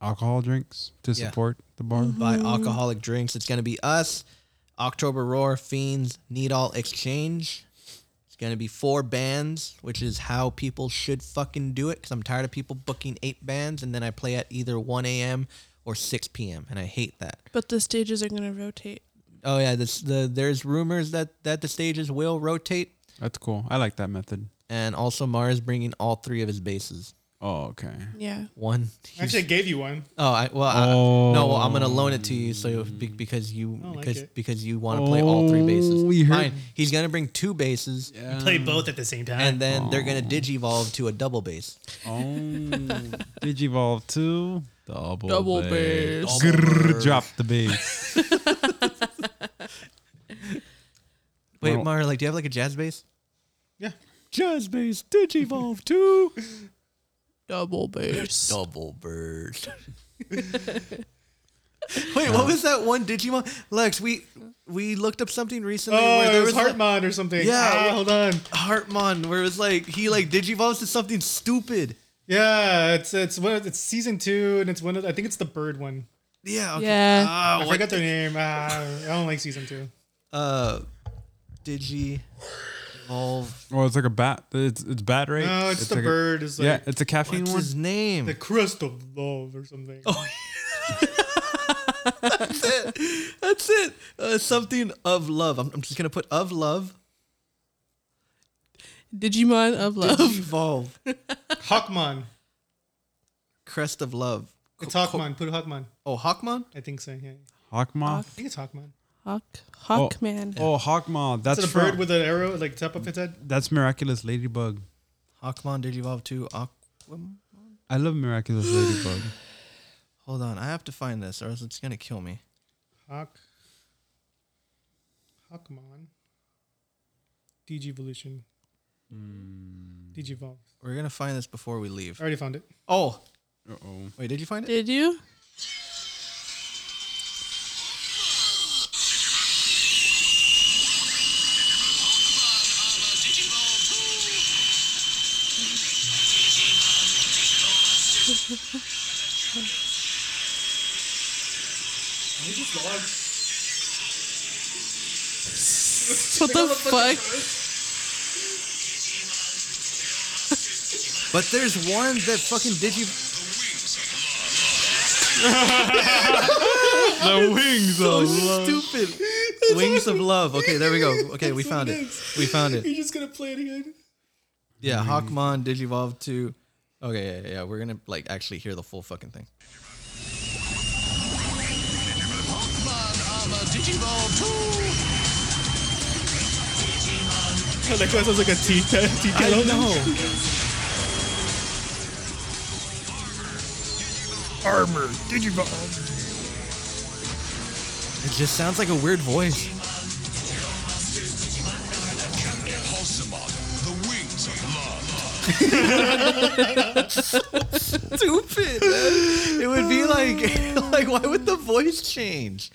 alcohol drinks to
Yeah. Mm-hmm.
support the bar.
by alcoholic drinks. It's gonna be us, October Roar, Fiends, Need All Exchange. It's gonna be four bands, which is how people should fucking do it. Cause I'm tired of people booking eight bands and then I play at either 1 a.m. or 6 p.m. and I hate that.
But the stages are gonna rotate.
Oh yeah, this, the there's rumors that that the stages will rotate,
That's cool. I like that method.
and also Mars bringing all three of his bases.
Oh okay.
Yeah.
One.
Actually, I gave you one.
Oh, I, well, I, no, well, I'm gonna loan it to you, so be- because you
like
because
it.
because you want to play all three bases.
Oh, you heard-
Fine. He's gonna bring two bases.
And play both at the same time.
Um, And then they're gonna digivolve to a double bass.
Oh, digivolve to double
Double bass. bass.
Grrr,
Double
drop the bass.
Wait,
Well-
Mar, like, do you have like a jazz bass?
Yeah.
Jazz bass digivolve to
double bass.
Double bass. Wait, what was that one Digimon? Lex, we we looked up something recently.
Oh,
where
it
there
was
like-
Heartmon or something.
Yeah,
Ah,
wh-
hold on.
Heartmon, where it was like he like digivolves to something stupid.
Yeah, it's it's one of- it's season two, and it's one of I think it's the bird one.
Yeah.
Okay.
Yeah.
Ah, I
what
forgot their name. Ah, I don't like season two.
Uh, digi.
Oh, it's like a bat. It's it's bat, right?
No, it's the
like a-
bird. It's like-
yeah, it's a caffeine
What's
one.
his name?
The crust of love or something.
Oh, That's it. That's it. Uh, something of love. I'm, I'm just gonna put of love.
Digimon of love.
Digivolve.
Hawkmon.
Crest of love.
It's Hawkmon. Put Hawkmon.
Oh, Hawkmon.
I think so. Yeah.
Hawkmoth.
I think it's Hawkmon.
Hawk
Oh,
Hawkman.
Oh, Hawkmoth. That's
Is it a
from-
bird with an arrow like top of its head?
That's miraculous ladybug.
Hawkmon digivolve to Aquam.
I love miraculous ladybug.
Hold on, I have to find this, or else it's gonna kill me.
Hawk. Hawkmon. Digivolution. Hmm. Digivolve.
We're gonna find this before we leave.
I already found it.
Oh.
Uh oh.
Wait, did you find it?
Did you? What the fuck?
But there's one that fucking digi.
the wings
so
of love.
stupid. Wings of love. Okay, there we go. Okay, we found it. We found it.
You're just gonna play it again.
Yeah, Hawkmon digivolve to. Okay, yeah, yeah, yeah. We're gonna like actually hear the full fucking thing.
Like that sounds like a tea tea kettle.
Armor. Digivolve.
It just sounds like a weird voice. Stupid. man. It would be like, like, why would the voice change?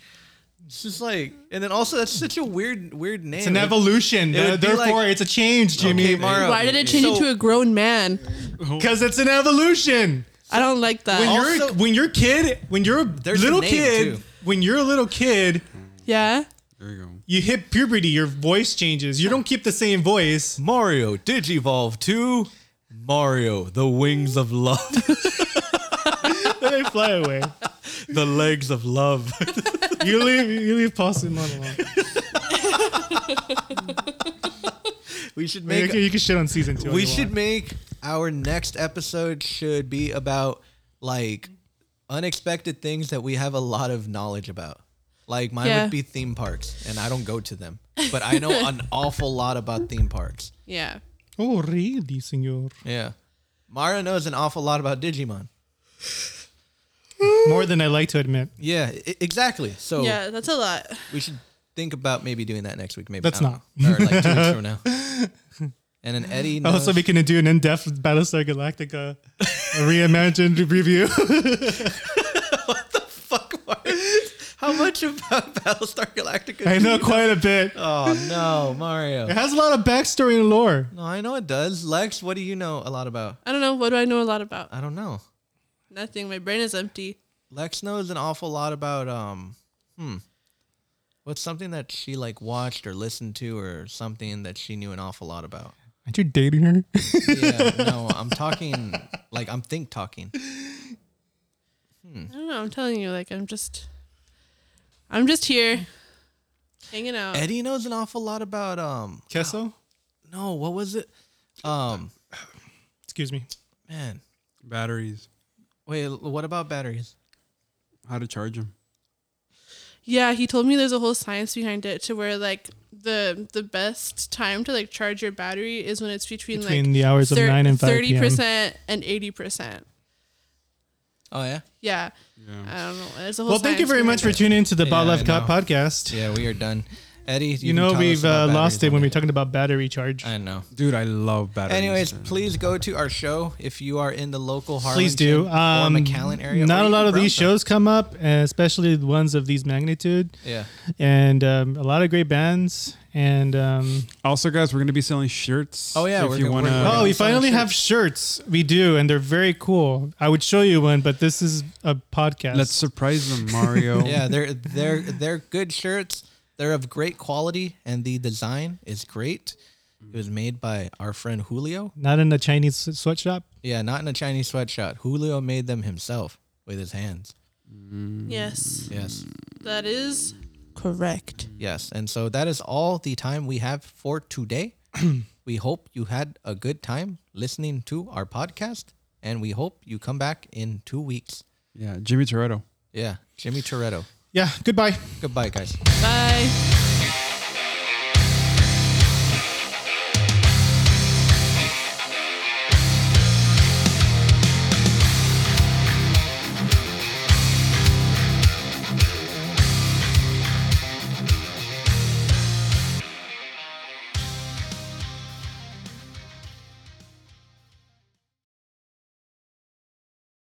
It's just like, and then also that's such a weird, weird name.
It's an evolution.
It would
uh,
be like-
Therefore, it's a change, Jimmy.
Okay, Mara.
Why did it change into a grown man?
Because it's an evolution.
I don't like that.
When you're a, when you're a kid, when you're a
a
little
name,
kid,
too.
when you're a little kid,
yeah.
There we go.
You hit puberty, your voice changes. You don't keep the same voice.
Mario Digivolve 2, Mario, the wings of love,
they fly away.
the legs of love.
You leave you leave Paulson monologue.
we should
Maybe
make.
you can- you can shit on season two all
We
you
should
want.
make our next episode should be about like unexpected things that we have a lot of knowledge about. Like mine
Yeah.
would be theme parks, and I don't go to them, but I know an awful lot about theme parks.
Yeah.
Oh, really, senor?
Yeah, Mara knows an awful lot about Digimon.
More than I like to admit.
Yeah, I- E-, exactly.
Oh.
So
yeah, that's a lot.
we should think about maybe doing that next week. Maybe
That's
I don't
not.
know. or like two weeks from now. And an Eddie. Knows,
Also, we can do an in-depth Battlestar Galactica reimagined review.
How much about Battlestar Galactica?
I
do
know
you
quite a bit.
Oh no, Mario!
It has a lot of backstory and lore.
No, I know it does. Lex, what do you know a lot about?
I don't know. What do I know a lot about?
I don't know.
Nothing. My brain is empty.
Lex knows an awful lot about um hmm. What's something that she like watched or listened to or something that she knew an awful lot about?
Aren't you dating her?
yeah, no, I'm talking like I'm think talking.
I don't know. I'm telling you, like I'm just, I'm just here, hanging out.
Eddie knows an awful lot about um
Kessel?
No, what was it? Um
Excuse me.
Man.
Batteries.
Wait, l- what about batteries?
How to charge them.
Yeah, he told me there's a whole science behind it to where like the the best time to like charge your battery is when it's between,
Between
like
the hours of 9 and 5 PM.
percent and eighty percent.
Oh yeah.
Yeah. I don't know. There's a whole
Well, thank you
science
very
behind
much for
it.
tuning into the Bot
Yeah,
Left
I
Cop
know.
podcast.
Yeah, we are done. Eddie, you,
You,
can
know
tell
we've
us about
uh,
batteries Uh,
lost it
on
when we
the-
were talking about battery charge.
I know.
Dude, I love batteries.
Anyways, please go to our show if you are in the local Harlem
Please do.
or
Um,
McAllen area.
Not
or
a lot
even
of these
Brownstown.
shows come up, uh, especially the ones of these magnitude.
Yeah.
and um, a lot of great bands. And um,
Also, guys, we're gonna be selling shirts.
Oh, yeah,
if
we're
you
gonna-
wanna.
oh, we finally have shirts. We do, and they're very cool. I would show you one, but this is a podcast.
Let's surprise them, Mario.
yeah, they're they're they're good shirts. They're of great quality, and the design is great. It was made by our friend Julio.
Not in a Chinese sweatshop.
Yeah, not in a Chinese sweatshop. Julio made them himself with his hands.
Yes.
Yes.
That is correct.
Yes. And so that is all the time we have for today. we hope you had a good time listening to our podcast, and we hope you come back in two weeks.
Yeah, Jimmy Toretto.
Yeah, Jimmy Toretto.
Yeah. Goodbye.
Goodbye, guys.
Bye.